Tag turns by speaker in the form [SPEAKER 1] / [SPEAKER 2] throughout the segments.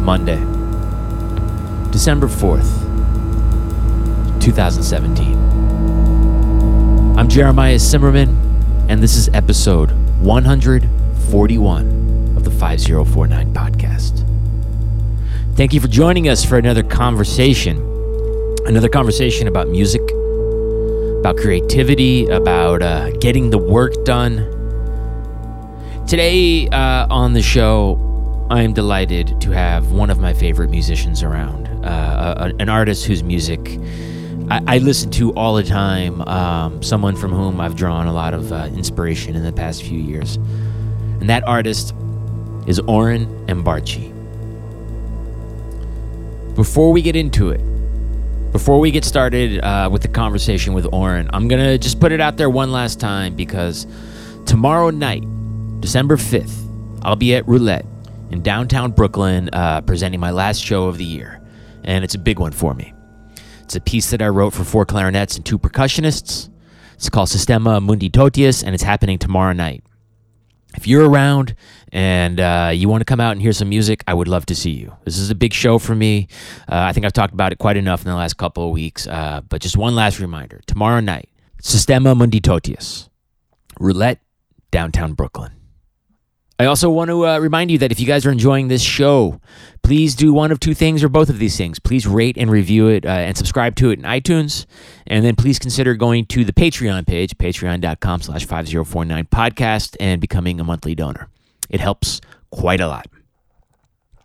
[SPEAKER 1] Monday, December 4th, 2017. I'm Jeremiah Zimmerman, and this is episode 141 of the 5049 podcast. Thank you for joining us for another conversation. Another conversation about music, about creativity, about uh, getting the work done. Today uh, on the show, I am delighted to have one of my favorite musicians around, uh, a- an artist whose music I, I listen to all the time, um, someone from whom I've drawn a lot of uh, inspiration in the past few years. And that artist is Oren Embarchi. Before we get into it, before we get started uh, with the conversation with Oren, I'm going to just put it out there one last time because tomorrow night, December 5th, I'll be at Roulette in downtown Brooklyn uh, presenting my last show of the year. And it's a big one for me. It's a piece that I wrote for four clarinets and two percussionists. It's called Sistema Mundi Totius, and it's happening tomorrow night. If you're around and uh, you want to come out and hear some music, I would love to see you. This is a big show for me. Uh, I think I've talked about it quite enough in the last couple of weeks, uh, but just one last reminder tomorrow night, Sistema Mundi Totius, Roulette, downtown Brooklyn. I also want to uh, remind you that if you guys are enjoying this show, please do one of two things or both of these things. Please rate and review it uh, and subscribe to it in iTunes. And then please consider going to the Patreon page, patreon.com slash 5049 podcast, and becoming a monthly donor. It helps quite a lot.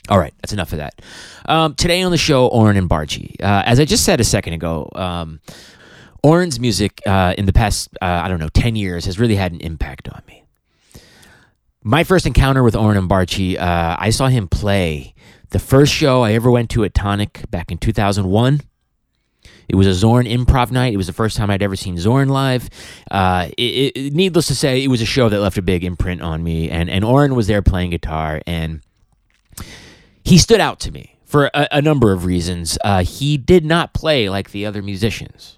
[SPEAKER 1] All right, that's enough of that. Um, today on the show, Oren and Barchi. Uh, as I just said a second ago, um, Oren's music uh, in the past, uh, I don't know, 10 years has really had an impact on me my first encounter with Oren Barchi, uh, I saw him play the first show I ever went to at Tonic back in 2001. It was a Zorn improv night. It was the first time I'd ever seen Zorn live. Uh, it, it, needless to say, it was a show that left a big imprint on me. And, and Oren was there playing guitar, and he stood out to me for a, a number of reasons. Uh, he did not play like the other musicians.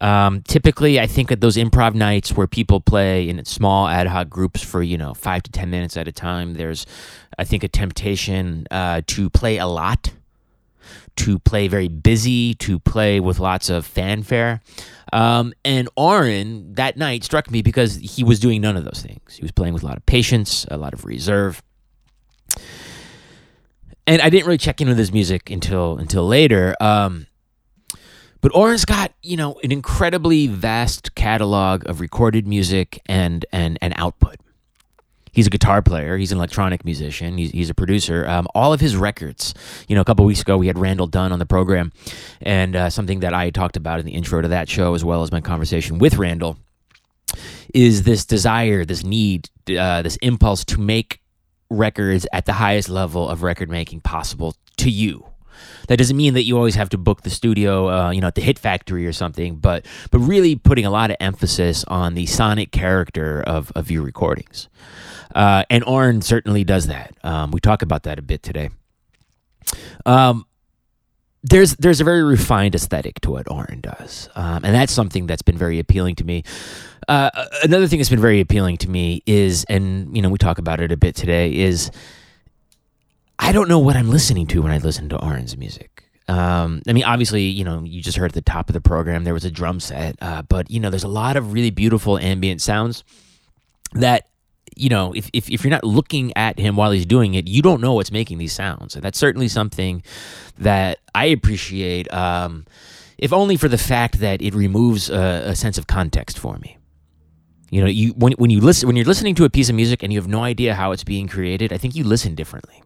[SPEAKER 1] Um, typically, I think at those improv nights where people play in small ad hoc groups for you know five to ten minutes at a time, there's, I think, a temptation uh, to play a lot, to play very busy, to play with lots of fanfare. Um, and Oren that night struck me because he was doing none of those things. He was playing with a lot of patience, a lot of reserve and I didn't really check in with his music until until later. Um, but Oren's got you know an incredibly vast catalog of recorded music and and and output. He's a guitar player. He's an electronic musician. He's, he's a producer. Um, all of his records, you know, a couple weeks ago we had Randall Dunn on the program, and uh, something that I talked about in the intro to that show, as well as my conversation with Randall, is this desire, this need, uh, this impulse to make records at the highest level of record making possible to you. That doesn't mean that you always have to book the studio, uh, you know, at the Hit Factory or something, but but really putting a lot of emphasis on the sonic character of of your recordings. Uh, and Orrin certainly does that. Um, we talk about that a bit today. Um, there's there's a very refined aesthetic to what Orrin does, um, and that's something that's been very appealing to me. Uh, a- another thing that's been very appealing to me is, and you know, we talk about it a bit today, is I don't know what I'm listening to when I listen to Orrin's music. Um, I mean, obviously, you know, you just heard at the top of the program there was a drum set, uh, but you know, there's a lot of really beautiful ambient sounds that you know if, if, if you're not looking at him while he's doing it you don't know what's making these sounds and that's certainly something that i appreciate um, if only for the fact that it removes a, a sense of context for me you know you when, when you listen when you're listening to a piece of music and you have no idea how it's being created i think you listen differently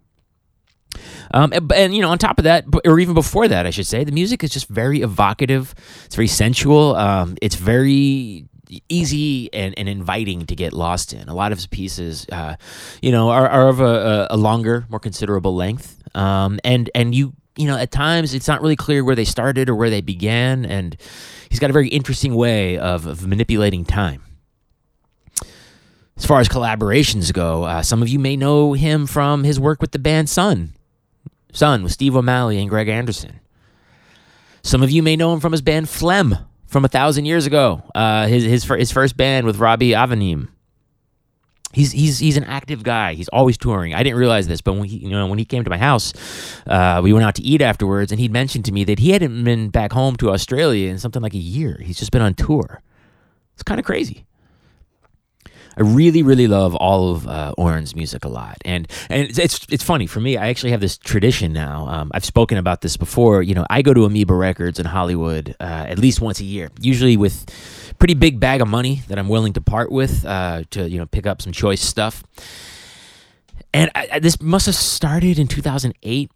[SPEAKER 1] um, and, and, you know, on top of that, b- or even before that, I should say, the music is just very evocative. It's very sensual. Um, it's very easy and, and inviting to get lost in. A lot of his pieces, uh, you know, are, are of a, a a longer, more considerable length. Um, and and you you know, at times it's not really clear where they started or where they began. And he's got a very interesting way of, of manipulating time. As far as collaborations go, uh, some of you may know him from his work with the band Sun. Son with Steve O'Malley and Greg Anderson. Some of you may know him from his band Phlegm from a thousand years ago. Uh, his his fir- his first band with Robbie Avanim. He's he's he's an active guy. He's always touring. I didn't realize this, but when he you know when he came to my house, uh, we went out to eat afterwards, and he'd mentioned to me that he hadn't been back home to Australia in something like a year. He's just been on tour. It's kind of crazy. I really, really love all of uh, Oren's music a lot, and and it's, it's it's funny for me. I actually have this tradition now. Um, I've spoken about this before. You know, I go to Amoeba Records in Hollywood uh, at least once a year, usually with pretty big bag of money that I'm willing to part with uh, to you know pick up some choice stuff. And I, I, this must have started in 2008.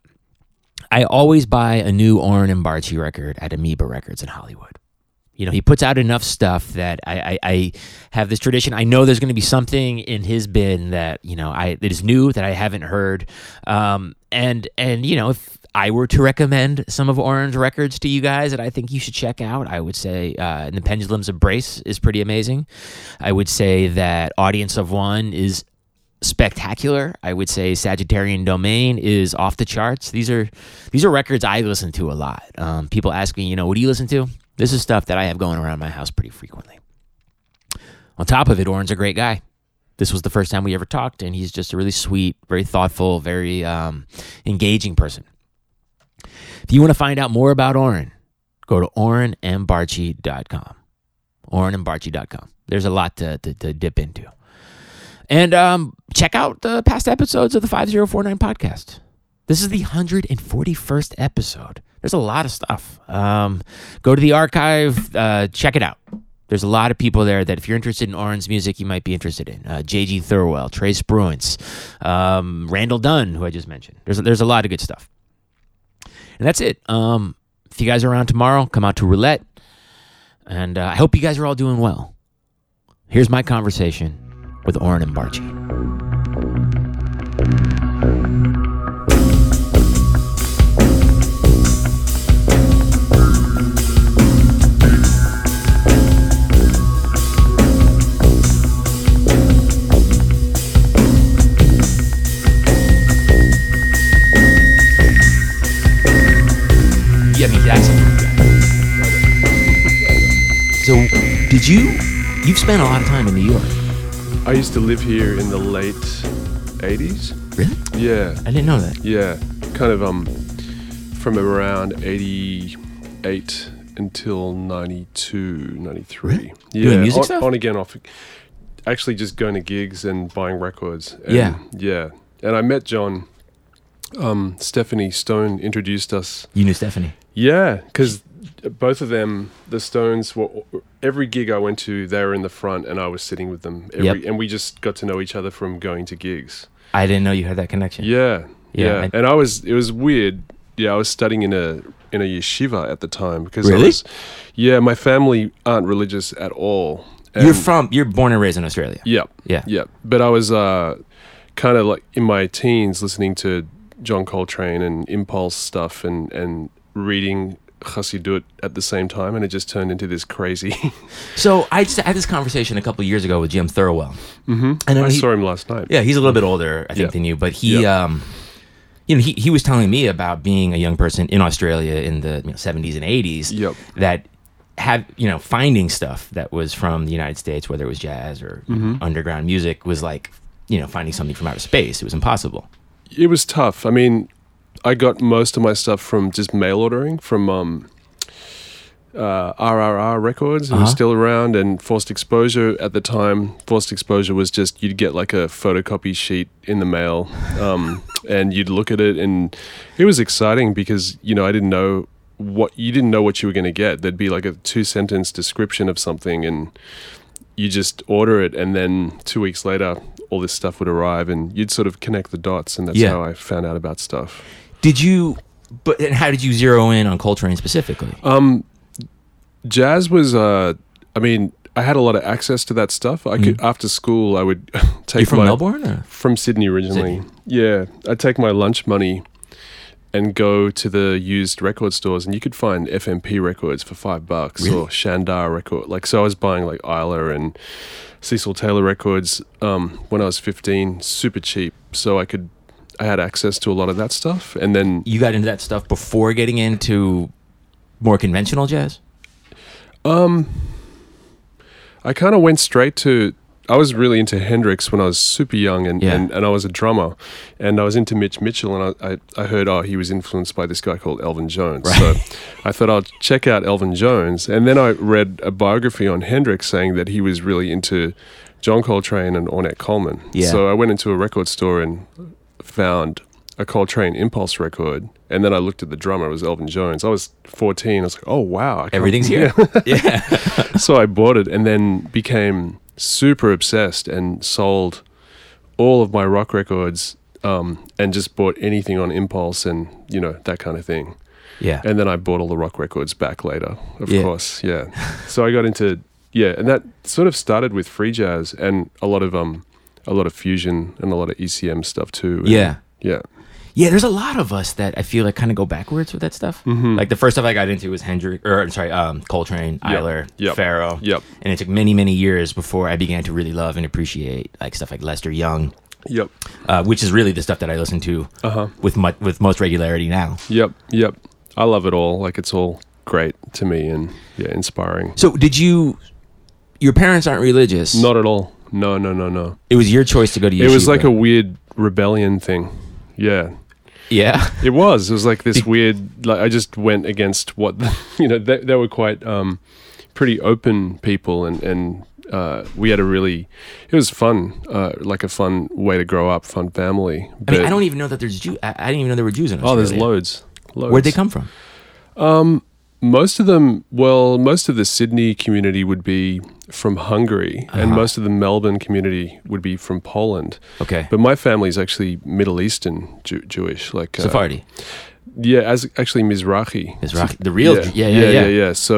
[SPEAKER 1] I always buy a new Oren and Barchi record at Amoeba Records in Hollywood you know he puts out enough stuff that I, I, I have this tradition. I know there's going to be something in his bin that you know I that is new that I haven't heard. Um, and and you know if I were to recommend some of Orange records to you guys that I think you should check out, I would say uh, "In the Pendulum's Embrace" is pretty amazing. I would say that "Audience of One" is spectacular. I would say Sagittarian Domain is off the charts. These are these are records I listen to a lot. Um, people ask me, you know, what do you listen to? This is stuff that I have going around my house pretty frequently. On top of it, Oren's a great guy. This was the first time we ever talked, and he's just a really sweet, very thoughtful, very um, engaging person. If you want to find out more about Oren, go to orenandbarchi.com. Orenandbarchi.com. There's a lot to, to, to dip into. And um, check out the past episodes of the 5049 podcast. This is the 141st episode. There's a lot of stuff. Um, go to the archive, uh, check it out. There's a lot of people there that if you're interested in Orange music, you might be interested in. Uh, J.G. Thurwell, Trace Bruins, um, Randall Dunn, who I just mentioned. There's a, there's a lot of good stuff. And that's it. Um, if you guys are around tomorrow, come out to Roulette. And uh, I hope you guys are all doing well. Here's my conversation with Oren and Barchi. Yeah, I mean, that's so. Did you? You've spent a lot of time in New York,
[SPEAKER 2] I used to live here in the late 80s.
[SPEAKER 1] really?
[SPEAKER 2] Yeah,
[SPEAKER 1] I didn't know that.
[SPEAKER 2] yeah. Kind of um from around 88 until 92, 93.
[SPEAKER 1] Really?
[SPEAKER 2] Yeah.
[SPEAKER 1] Doing music
[SPEAKER 2] on,
[SPEAKER 1] stuff?
[SPEAKER 2] on again off actually just going to gigs and buying records. And,
[SPEAKER 1] Yeah.
[SPEAKER 2] Yeah. And I met John um Stephanie Stone introduced us
[SPEAKER 1] You knew Stephanie.
[SPEAKER 2] Yeah, because both of them, the Stones were every gig I went to, they were in the front, and I was sitting with them. Every,
[SPEAKER 1] Yep.
[SPEAKER 2] And we just got to know each other from going to gigs.
[SPEAKER 1] I didn't know you had that connection.
[SPEAKER 2] Yeah,
[SPEAKER 1] Yeah,
[SPEAKER 2] yeah.
[SPEAKER 1] and-
[SPEAKER 2] And, I was it was weird. Yeah, I was studying in a in a yeshiva at the time because I
[SPEAKER 1] Really?
[SPEAKER 2] was, yeah, my family aren't religious at all.
[SPEAKER 1] you're
[SPEAKER 2] And-
[SPEAKER 1] from. You're born and raised in Australia.
[SPEAKER 2] yeah,
[SPEAKER 1] Yeah.
[SPEAKER 2] yeah. But I was uh, kind of like in my teens listening to John Coltrane and Impulse stuff and, and reading Chassidut at the same time, and it just turned into this crazy.
[SPEAKER 1] So I just had this conversation a couple years ago with Jim Thurwell. Mm-hmm. And then
[SPEAKER 2] I
[SPEAKER 1] he-
[SPEAKER 2] saw him last night.
[SPEAKER 1] Yeah, he's a little bit older, I think,
[SPEAKER 2] Yeah.
[SPEAKER 1] than you. But he,
[SPEAKER 2] Yeah.
[SPEAKER 1] um, you know, he, he was telling me about being a young person in Australia in the you know, 70s and 80s
[SPEAKER 2] Yep.
[SPEAKER 1] that had, you know, finding stuff that was from the United States, whether it was jazz or you know,
[SPEAKER 2] Mm-hmm.
[SPEAKER 1] underground music, was like, you know, finding something from outer space. It was impossible.
[SPEAKER 2] It was tough. I mean, I got most of my stuff from just mail ordering from um, uh, RRR Records, who was
[SPEAKER 1] Uh-huh.
[SPEAKER 2] still around, and Forced Exposure at the time. Forced Exposure was just you'd get like a photocopy sheet in the mail, um, and you'd look at it, and it was exciting because you know I didn't know what you didn't know what you were going to get. There'd be like a two sentence description of something, and you just order it and then two weeks later all this stuff would arrive and you'd sort of connect the dots and that's
[SPEAKER 1] Yeah.
[SPEAKER 2] how i found out about stuff
[SPEAKER 1] Did you, but and how did you zero in on Coltrane specifically?
[SPEAKER 2] um jazz was uh i mean i had a lot of access to that stuff i could after school i would take
[SPEAKER 1] Mm. You're from
[SPEAKER 2] my
[SPEAKER 1] Melbourne? Or?
[SPEAKER 2] from sydney originally yeah i'd take my lunch money and go to the used record stores and you could find fmp records for five bucks
[SPEAKER 1] Really?
[SPEAKER 2] or shandar record like so i was buying like isla and Cecil Taylor records um, when I was 15, super cheap. So I could, I had access to a lot of that stuff. And then,
[SPEAKER 1] You got into that stuff before getting into more conventional jazz?
[SPEAKER 2] um, I kind of went straight to, I was really into Hendrix when I was super young, and,
[SPEAKER 3] Yeah.
[SPEAKER 2] and, and I was a drummer, and I was into Mitch Mitchell, and I, I, I heard oh he was influenced by this guy called Elvin Jones, so I thought I'll check out Elvin Jones, and then I read a biography on Hendrix saying that he was really into John Coltrane and Ornette Coleman,
[SPEAKER 3] Yeah.
[SPEAKER 2] so I went into a record store and found a Coltrane Impulse record, and then I looked at the drummer, it was Elvin Jones. I was 14, I was like oh wow, I can't-
[SPEAKER 3] Everything's here. yeah.
[SPEAKER 2] so I bought it and then became super obsessed and sold all of my rock records um, and just bought anything on impulse and you know that kind of thing.
[SPEAKER 3] Yeah.
[SPEAKER 2] And then I bought all the rock records back later, of
[SPEAKER 3] Yeah.
[SPEAKER 2] course. Yeah. so I got into yeah, and that sort of started with free jazz and a lot of um a lot of fusion and a lot of ECM stuff too. And
[SPEAKER 3] Yeah.
[SPEAKER 2] Yeah.
[SPEAKER 3] Yeah, there's a lot of us that I feel like kind of go backwards with that stuff.
[SPEAKER 1] Like the first stuff I got into was Hendrix, or I'm sorry, um, Coltrane, Eiler,
[SPEAKER 2] Mm-hmm. yep,
[SPEAKER 1] Farrow.
[SPEAKER 2] yep.
[SPEAKER 1] And it took many, many years before I began to really love and appreciate like stuff like Lester Young,
[SPEAKER 2] Yep.
[SPEAKER 1] uh, which is really the stuff that I listen to
[SPEAKER 2] Uh-huh.
[SPEAKER 1] with mu- with most regularity now.
[SPEAKER 2] Yep. Yep. I love it all. Like it's all great to me and yeah, inspiring.
[SPEAKER 3] So did you? Your parents aren't religious.
[SPEAKER 2] Not at all. No, no, no, no.
[SPEAKER 3] It was your choice to go to. Yeshiva.
[SPEAKER 2] It was like a weird rebellion thing. Yeah.
[SPEAKER 3] yeah.
[SPEAKER 2] It was. It was like this weird like I just went against what the, you know, they, they were quite um pretty open people and and uh, we had a really it was fun uh, like a fun way to grow up fun family
[SPEAKER 1] I
[SPEAKER 2] but
[SPEAKER 1] mean, I don't even know that there's Jew. I, I didn't even know there were Jews in
[SPEAKER 2] oh
[SPEAKER 1] Australia.
[SPEAKER 2] there's loads loads
[SPEAKER 1] Where'd they come from?
[SPEAKER 2] most of them well most of the sydney community would be from hungary and
[SPEAKER 1] Uh-huh.
[SPEAKER 2] most of the melbourne community would be from poland
[SPEAKER 1] Okay.
[SPEAKER 2] but my family's actually middle eastern Jew- jewish like uh,
[SPEAKER 1] Sephardi.
[SPEAKER 2] Yeah, as actually Mizrahi.
[SPEAKER 1] Mizrahi. The real Jew- yeah, yeah,
[SPEAKER 2] yeah,
[SPEAKER 1] yeah.
[SPEAKER 2] So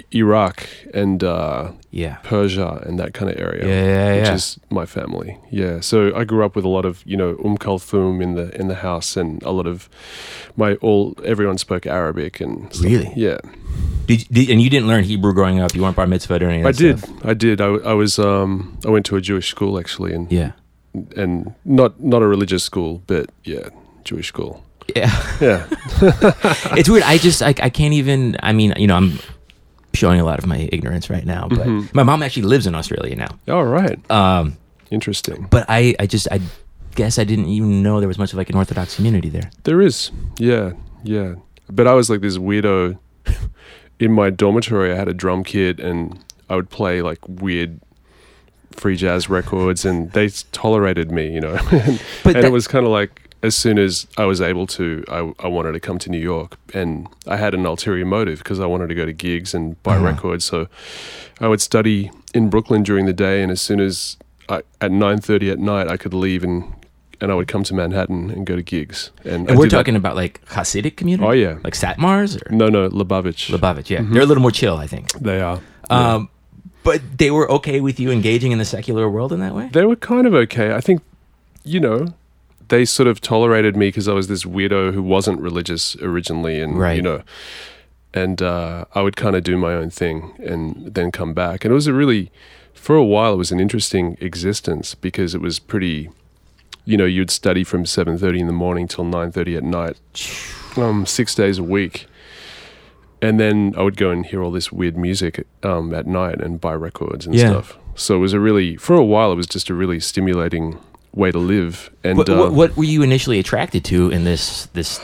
[SPEAKER 2] I- Iraq and uh,
[SPEAKER 1] Yeah.
[SPEAKER 2] Persia and that kind of area.
[SPEAKER 1] Yeah, yeah,
[SPEAKER 2] Which
[SPEAKER 1] yeah.
[SPEAKER 2] is my family. Yeah. So I grew up with a lot of you know um kulthum in the in the house and a lot of my all everyone spoke Arabic and stuff.
[SPEAKER 1] Really?
[SPEAKER 2] yeah.
[SPEAKER 1] Did, did, and you didn't learn Hebrew growing up. You weren't bar mitzvahed or anything.
[SPEAKER 2] I did. I did. I, w- I was um I went to a Jewish school actually and
[SPEAKER 1] Yeah.
[SPEAKER 2] and not not a religious school but yeah Jewish school.
[SPEAKER 1] Yeah.
[SPEAKER 2] Yeah.
[SPEAKER 1] it's weird. I just I, I can't even. I mean, you know, I'm showing a lot of my ignorance right now. But
[SPEAKER 2] Mm-hmm.
[SPEAKER 1] my mom actually lives in Australia now.
[SPEAKER 2] all right.
[SPEAKER 1] Um,
[SPEAKER 2] Interesting.
[SPEAKER 1] but I I just I guess I didn't even know there was much of like an Orthodox community there.
[SPEAKER 2] There is, yeah, yeah. But I was like this weirdo. In my dormitory, I had a drum kit, and I would play like weird free jazz records, and they s- tolerated me, you know. and
[SPEAKER 1] But
[SPEAKER 2] and
[SPEAKER 1] that-
[SPEAKER 2] it was kind of like as soon as I was able to, I, I wanted to come to New York, and I had an ulterior motive because I wanted to go to gigs and buy
[SPEAKER 1] Uh-huh.
[SPEAKER 2] records. So I would study in Brooklyn during the day, and as soon as I, at nine thirty at night, I could leave and. And I would come to Manhattan and go to gigs. And, I
[SPEAKER 1] And we're
[SPEAKER 2] did that-
[SPEAKER 1] talking about like Hasidic community.
[SPEAKER 2] Oh yeah. Mm-hmm.
[SPEAKER 1] Like Satmars or
[SPEAKER 2] No, no, Lubavitch.
[SPEAKER 1] Lubavitch. Yeah, they're a little more chill, I think.
[SPEAKER 2] they are.
[SPEAKER 1] Um, but they were okay with you engaging in the secular world in that way.
[SPEAKER 2] They were kind of okay. I think, you know, they sort of tolerated me because I was this weirdo who wasn't religious originally, and
[SPEAKER 1] Right.
[SPEAKER 2] you know, and uh, I would kind of do my own thing and then come back. And it was a really, for a while, it was an interesting existence because it was pretty. You know, you'd study from seven thirty in the morning till nine thirty at night, um, six days a week. And then I would go and hear all this weird music um, at night and buy records and
[SPEAKER 1] Yeah.
[SPEAKER 2] stuff. So it was a really, for a while, it was just a really stimulating way to live. And
[SPEAKER 1] What,
[SPEAKER 2] uh,
[SPEAKER 1] what, what were you initially attracted to in this this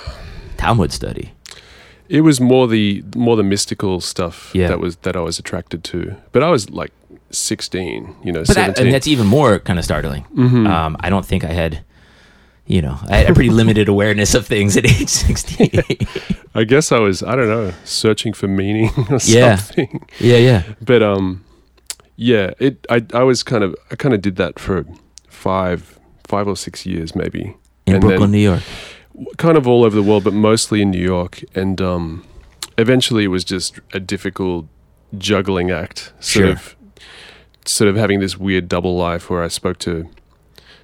[SPEAKER 1] Talmud study?
[SPEAKER 2] it was more the more the mystical stuff
[SPEAKER 1] Yeah.
[SPEAKER 2] that was that I was attracted to. But I was like sixteen, you know,
[SPEAKER 1] But that,
[SPEAKER 2] seventeen.
[SPEAKER 1] and that's even more kind of startling.
[SPEAKER 2] Mm-hmm.
[SPEAKER 1] Um, I don't think I had, you know, I had a pretty limited awareness of things at age 16.
[SPEAKER 2] I guess I was, I don't know, searching for meaning or
[SPEAKER 1] Yeah.
[SPEAKER 2] something.
[SPEAKER 1] yeah, yeah.
[SPEAKER 2] but um yeah it i i was kind of i kind of did that for five five or six years maybe
[SPEAKER 1] In
[SPEAKER 2] and
[SPEAKER 1] Brooklyn, New York.
[SPEAKER 2] then kind of all over the world but mostly in new york and um eventually it was just a difficult juggling act sort
[SPEAKER 1] Sure.
[SPEAKER 2] of sort of having this weird double life where i spoke to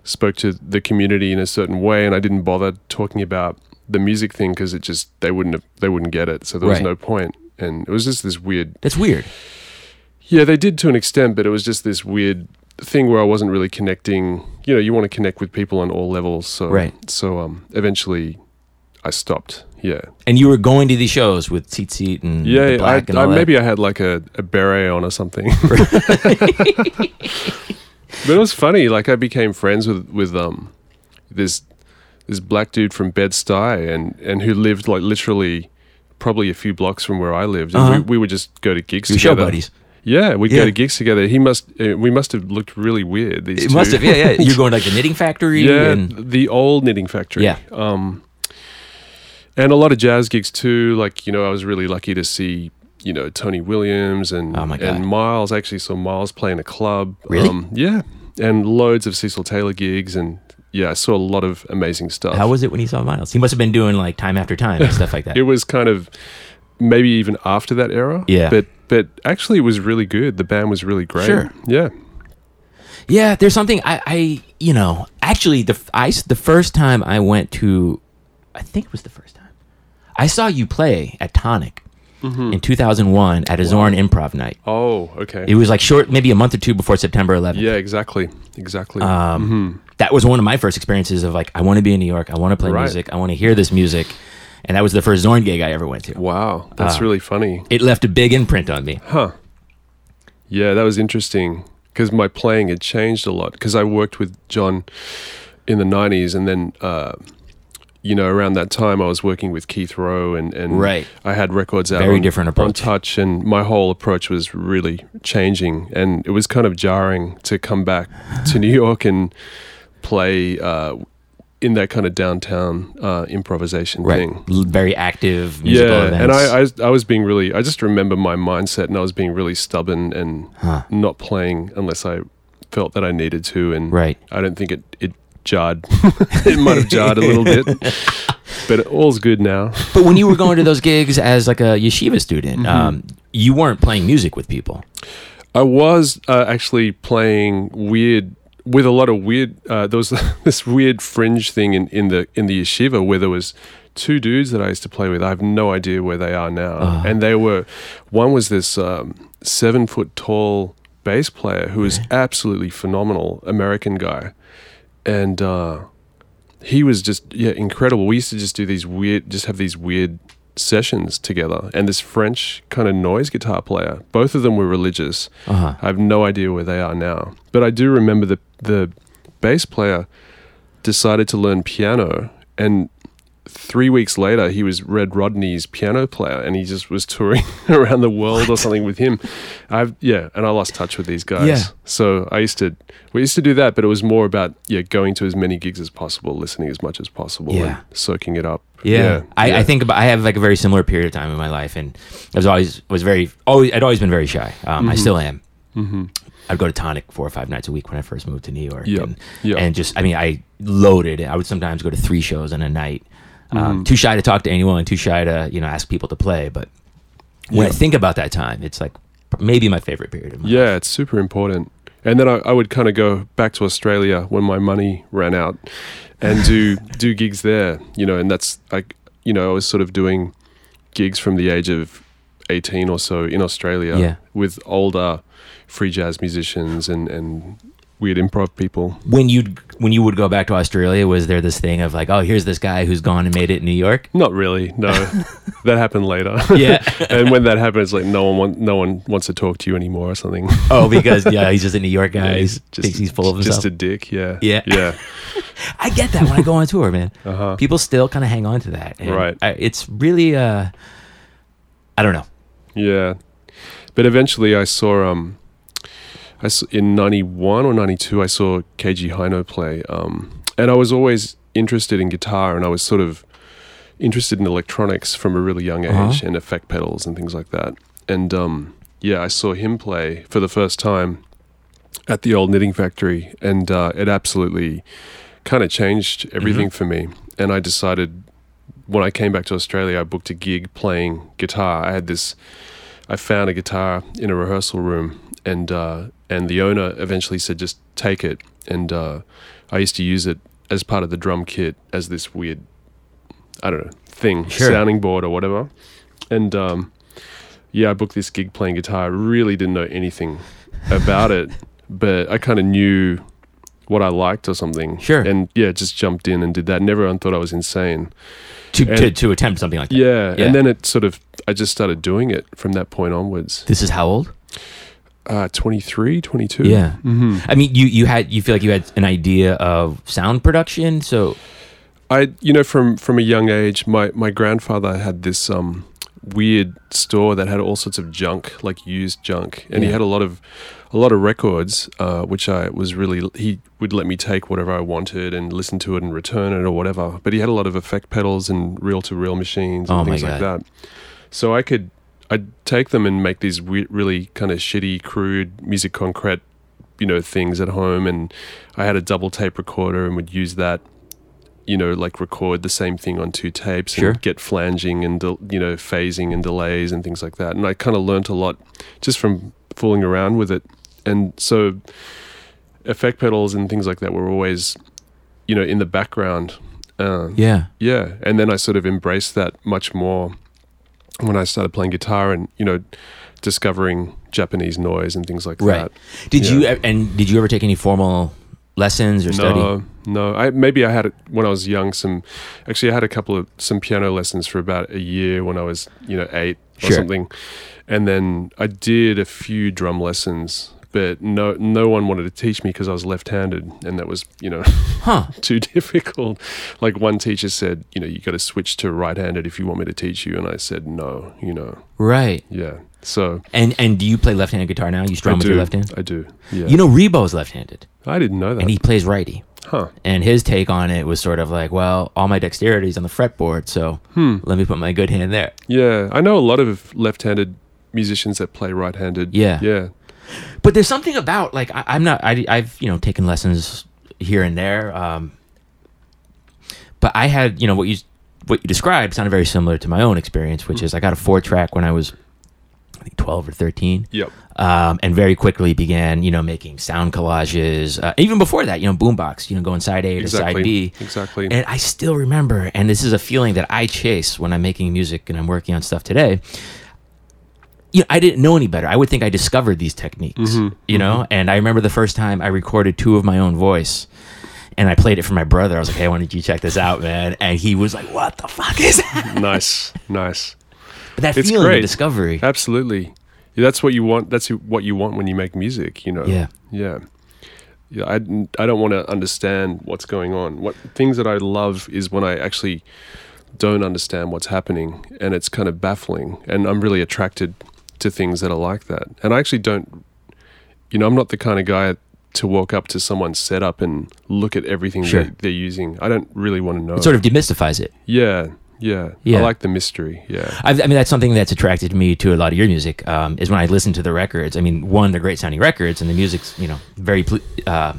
[SPEAKER 2] spoke to the community in a certain way and i didn't bother talking about the music thing because it just they wouldn't have, they wouldn't get it so there was
[SPEAKER 1] Right.
[SPEAKER 2] no point and it was just this weird
[SPEAKER 1] That's weird.
[SPEAKER 2] yeah, they did to an extent, but it was just this weird thing where I wasn't really connecting. You know, you want to connect with people on all levels, so
[SPEAKER 1] Right.
[SPEAKER 2] So um, eventually, I stopped. Yeah,
[SPEAKER 1] And you were going to these shows with Tzitzit and
[SPEAKER 2] yeah.
[SPEAKER 1] the Black
[SPEAKER 2] I,
[SPEAKER 1] and
[SPEAKER 2] I,
[SPEAKER 1] all that.
[SPEAKER 2] maybe I had like a, a beret on or something. But it was funny. Like I became friends with with um this this black dude from Bed Stuy and and who lived like literally probably a few blocks from where I lived. And
[SPEAKER 1] Uh-huh.
[SPEAKER 2] we, we would just go to gigs
[SPEAKER 1] Your show
[SPEAKER 2] together.
[SPEAKER 1] buddies.
[SPEAKER 2] Yeah, we'd
[SPEAKER 1] Yeah.
[SPEAKER 2] go to gigs together. He must uh, we must have looked really weird. These
[SPEAKER 1] It
[SPEAKER 2] two.
[SPEAKER 1] must have, yeah, yeah. You're going to like the knitting factory
[SPEAKER 2] yeah,
[SPEAKER 1] and
[SPEAKER 2] the old knitting factory.
[SPEAKER 1] Yeah.
[SPEAKER 2] Um, and a lot of jazz gigs too. Like you know, I was really lucky to see you know Tony Williams and
[SPEAKER 1] Oh my God.
[SPEAKER 2] and Miles. I actually saw Miles play in a club.
[SPEAKER 1] Really?
[SPEAKER 2] Um, yeah, and loads of Cecil Taylor gigs and yeah, I saw a lot of amazing stuff.
[SPEAKER 1] How was it when he saw Miles? He must have been doing like time after time and stuff like that.
[SPEAKER 2] it was kind of maybe even after that era.
[SPEAKER 1] Yeah.
[SPEAKER 2] but but actually, it was really good. The band was really great.
[SPEAKER 1] Sure.
[SPEAKER 2] Yeah.
[SPEAKER 1] yeah, there's something I, I you know, actually the f- I s- the first time I went to, I think it was the first time, I saw you play at Tonic
[SPEAKER 2] Mm-hmm.
[SPEAKER 1] in 2001 at a Zorn Improv Night.
[SPEAKER 2] Oh, okay.
[SPEAKER 1] It was like short, maybe a month or two before September 11th.
[SPEAKER 2] yeah, exactly, exactly.
[SPEAKER 1] Um, That was one of my first experiences of like, I want to be in New York. I want to play
[SPEAKER 2] Right.
[SPEAKER 1] music. I want to hear this music. And that was the first Zorn gig I ever went to.
[SPEAKER 2] wow, that's
[SPEAKER 1] uh,
[SPEAKER 2] really funny.
[SPEAKER 1] It left a big imprint on me.
[SPEAKER 2] Yeah, that was interesting because my playing had changed a lot because I worked with John in the 90s and then uh, you know around that time I was working with Keith Rowe and and
[SPEAKER 1] Right.
[SPEAKER 2] I had records out
[SPEAKER 1] Very
[SPEAKER 2] on-
[SPEAKER 1] different approach.
[SPEAKER 2] on touch and my whole approach was really changing and it was kind of jarring to come back to New York and play uh, in that kind of downtown uh, improvisation
[SPEAKER 1] Right.
[SPEAKER 2] thing
[SPEAKER 1] L- Very active musical events.
[SPEAKER 2] and I, I, I was being really. I just remember my mindset, and I was being really stubborn and
[SPEAKER 1] Huh.
[SPEAKER 2] not playing unless I felt that I needed to. And
[SPEAKER 1] Right.
[SPEAKER 2] I don't think it it jarred. it might have jarred a little bit, but all's good now.
[SPEAKER 1] but when you were going to those gigs as like a yeshiva student,
[SPEAKER 2] Mm-hmm.
[SPEAKER 1] um, you weren't playing music with people.
[SPEAKER 2] I was uh, actually playing weird with a lot of weird. Uh, there was this weird fringe thing in, in the in the yeshiva where there was two dudes that I used to play with. I have no idea where they are now, and they were one was this um, seven foot tall bass player who was absolutely phenomenal American guy, and. Uh, he was just yeah incredible. We used to just do these weird, just have these weird sessions together. And this French kind of noise guitar player, both of them were religious.
[SPEAKER 1] Uh-huh.
[SPEAKER 2] I have no idea where they are now, but I do remember the the bass player decided to learn piano, and three weeks later he was Red Rodney's piano player, and he just was touring around the world or something with him. I've yeah, and I lost touch with these guys.
[SPEAKER 1] Yeah.
[SPEAKER 2] So I used to we used to do that, but it was more about yeah going to as many gigs as possible, listening as much as possible,
[SPEAKER 1] Yeah.
[SPEAKER 2] and soaking it up.
[SPEAKER 1] I,
[SPEAKER 2] yeah.
[SPEAKER 1] I think about, I have like a very similar period of time in my life, and I was always was very always I'd always been very shy. Um,
[SPEAKER 2] Mm-hmm.
[SPEAKER 1] I still am. I'd go to Tonic four or five nights a week when I first moved to New York,
[SPEAKER 2] Yep.
[SPEAKER 1] and,
[SPEAKER 2] Yep.
[SPEAKER 1] and just I mean I loaded. I would sometimes go to three shows in a night. Um,
[SPEAKER 2] Mm-hmm.
[SPEAKER 1] Too shy to talk to anyone, too shy to you know ask people to play. But when I
[SPEAKER 2] Yeah.
[SPEAKER 1] think about that time, it's like maybe my favorite period of my
[SPEAKER 2] Yeah, it's super important. And then I, I would kind of go back to Australia when my money ran out, and do do gigs there. You know, and that's like you know I was sort of doing gigs from the age of eighteen or so in Australia
[SPEAKER 1] Yeah.
[SPEAKER 2] with older free jazz musicians and and weird improv people.
[SPEAKER 1] when you'd when you would go back to Australia, was there this thing of like, oh, here's this guy who's gone and made it in New York?
[SPEAKER 2] Not really. No, that happened later.
[SPEAKER 1] Yeah.
[SPEAKER 2] and when that happens, like no one want, no one wants to talk to you anymore or something.
[SPEAKER 1] oh, because yeah, he's just a New York guy.
[SPEAKER 2] Yeah,
[SPEAKER 1] he's thinks he's full of himself.
[SPEAKER 2] Just a dick. Yeah.
[SPEAKER 1] Yeah.
[SPEAKER 2] Yeah.
[SPEAKER 1] I get that when I go on tour, man. People still kind of hang on to that. and
[SPEAKER 2] Uh-huh. Right.
[SPEAKER 1] I, it's really, uh, I don't know.
[SPEAKER 2] Yeah, but eventually I saw um, I s- in '91 or '92 I saw KG Hino play, um, and I was always interested in guitar, and I was sort of interested in electronics from a really young age
[SPEAKER 1] Uh-huh.
[SPEAKER 2] and effect pedals and things like that. And um, yeah, I saw him play for the first time at the old knitting factory, and uh, it absolutely kind of changed everything for me. And I decided when I came back to Australia, I booked a gig playing guitar. I had this, I found a guitar in a rehearsal room, and uh, and the owner eventually said, just take it. And uh, I used to use it as part of the drum kit as this weird, I don't know, thing,
[SPEAKER 1] Sure.
[SPEAKER 2] sounding board or whatever. And um, yeah, I booked this gig playing guitar. I really didn't know anything about it, but I kind of knew what I liked or something.
[SPEAKER 1] Sure.
[SPEAKER 2] And yeah, just jumped in and did that. And everyone thought I was insane.
[SPEAKER 1] To,
[SPEAKER 2] And-
[SPEAKER 1] to, to attempt something like that.
[SPEAKER 2] Yeah.
[SPEAKER 1] Yeah.
[SPEAKER 2] And then it sort of, I just started doing it from that point onwards.
[SPEAKER 1] This is how old?
[SPEAKER 2] uh, Mm-hmm. 23, 22.
[SPEAKER 1] Yeah. I mean, you you had you feel like you had an idea of sound production, so
[SPEAKER 2] I you know from from a young age, my my grandfather had this um weird store that had all sorts of junk, like used junk, and he
[SPEAKER 1] Yeah.
[SPEAKER 2] had a lot of a lot of records, uh, which I was really he would let me take whatever I wanted and listen to it and return it or whatever. But he had a lot of effect pedals and reel to reel machines and
[SPEAKER 1] Oh my
[SPEAKER 2] things like that. So I could I'd take them and make these we- really kind of shitty, crude music concrete, you know, things at home. And I had a double tape recorder and would use that, you know, like record the same thing on two tapes
[SPEAKER 1] Sure.
[SPEAKER 2] and get flanging and del- you know phasing and delays and things like that. And I kind of learnt a lot just from fooling around with it. And so effect pedals and things like that were always, you know, in the background. Uh,
[SPEAKER 1] yeah.
[SPEAKER 2] yeah, and then I sort of embraced that much more when I started playing guitar and you know discovering Japanese noise and things like
[SPEAKER 1] Right.
[SPEAKER 2] that.
[SPEAKER 1] Did
[SPEAKER 2] Yeah.
[SPEAKER 1] you e, and did you ever take any formal lessons or study?
[SPEAKER 2] No, no. I maybe I had it when I was young. Some actually, I had a couple of some piano lessons for about a year when I was you know eight or
[SPEAKER 1] Sure.
[SPEAKER 2] something, and then I did a few drum lessons. But no, no one wanted to teach me because I was left-handed, and that was, you know,
[SPEAKER 1] Huh.
[SPEAKER 2] too difficult. Like one teacher said, you know, you got to switch to right-handed if you want me to teach you, and I said no, you know,
[SPEAKER 1] Right.
[SPEAKER 2] yeah. So
[SPEAKER 1] And and do you play left-handed guitar now? You
[SPEAKER 2] I
[SPEAKER 1] strum with
[SPEAKER 2] do,
[SPEAKER 1] your left hand.
[SPEAKER 2] I do. Yeah,
[SPEAKER 1] You know, Rebo's left-handed,
[SPEAKER 2] I didn't know that.
[SPEAKER 1] and he plays righty.
[SPEAKER 2] huh?
[SPEAKER 1] And his take on it was sort of like, well, all my dexterity is on the fretboard, so let me put my good hand there.
[SPEAKER 2] Yeah, I know a lot of left-handed musicians that play right-handed.
[SPEAKER 1] Yeah.
[SPEAKER 2] yeah.
[SPEAKER 1] but there's something about like I, I'm not I, I've you know taken lessons here and there, um, but I had you know what you what you described sounded very similar to my own experience,
[SPEAKER 2] Hmm.
[SPEAKER 1] which is I got a four track when I was I think 12 or 13,
[SPEAKER 2] Yep.
[SPEAKER 1] um, and very quickly began you know making sound collages. Uh, even before that, you know boombox, you know going side A to
[SPEAKER 2] Exactly.
[SPEAKER 1] side B.
[SPEAKER 2] Exactly.
[SPEAKER 1] And I still remember, and this is a feeling that I chase when I'm making music and I'm working on stuff today. You know, I didn't know any better. I would think I discovered these techniques,
[SPEAKER 2] Mm-hmm.
[SPEAKER 1] you know? And I remember the first time I recorded two of my own voice and I played it for my brother. I was like, hey, why don't you check this out, man? And he was like, what the fuck is that?
[SPEAKER 2] nice, nice.
[SPEAKER 1] But that
[SPEAKER 2] It's
[SPEAKER 1] feeling
[SPEAKER 2] great.
[SPEAKER 1] of discovery.
[SPEAKER 2] Absolutely. Yeah, That's what you want. That's what you want when you make music. You know.
[SPEAKER 1] Yeah.
[SPEAKER 2] Yeah. Yeah. I, I don't want to understand what's going on. What things that I love is when I actually don't understand what's happening, and it's kind of baffling. And I'm really attracted to things that are like that. And I actually don't. You know, I'm not the kind of guy to walk up to someone's setup and look at everything
[SPEAKER 1] Sure.
[SPEAKER 2] that they're using. I don't really want to know.
[SPEAKER 1] It sort of demystifies it.
[SPEAKER 2] yeah. Yeah.
[SPEAKER 1] Yeah.
[SPEAKER 2] I like the mystery. Yeah.
[SPEAKER 1] I've, I mean, that's something that's attracted me to a lot of your music um, is when I listen to the records. I mean, one, they're great sounding records, and the music's, you know, very, ple- uh,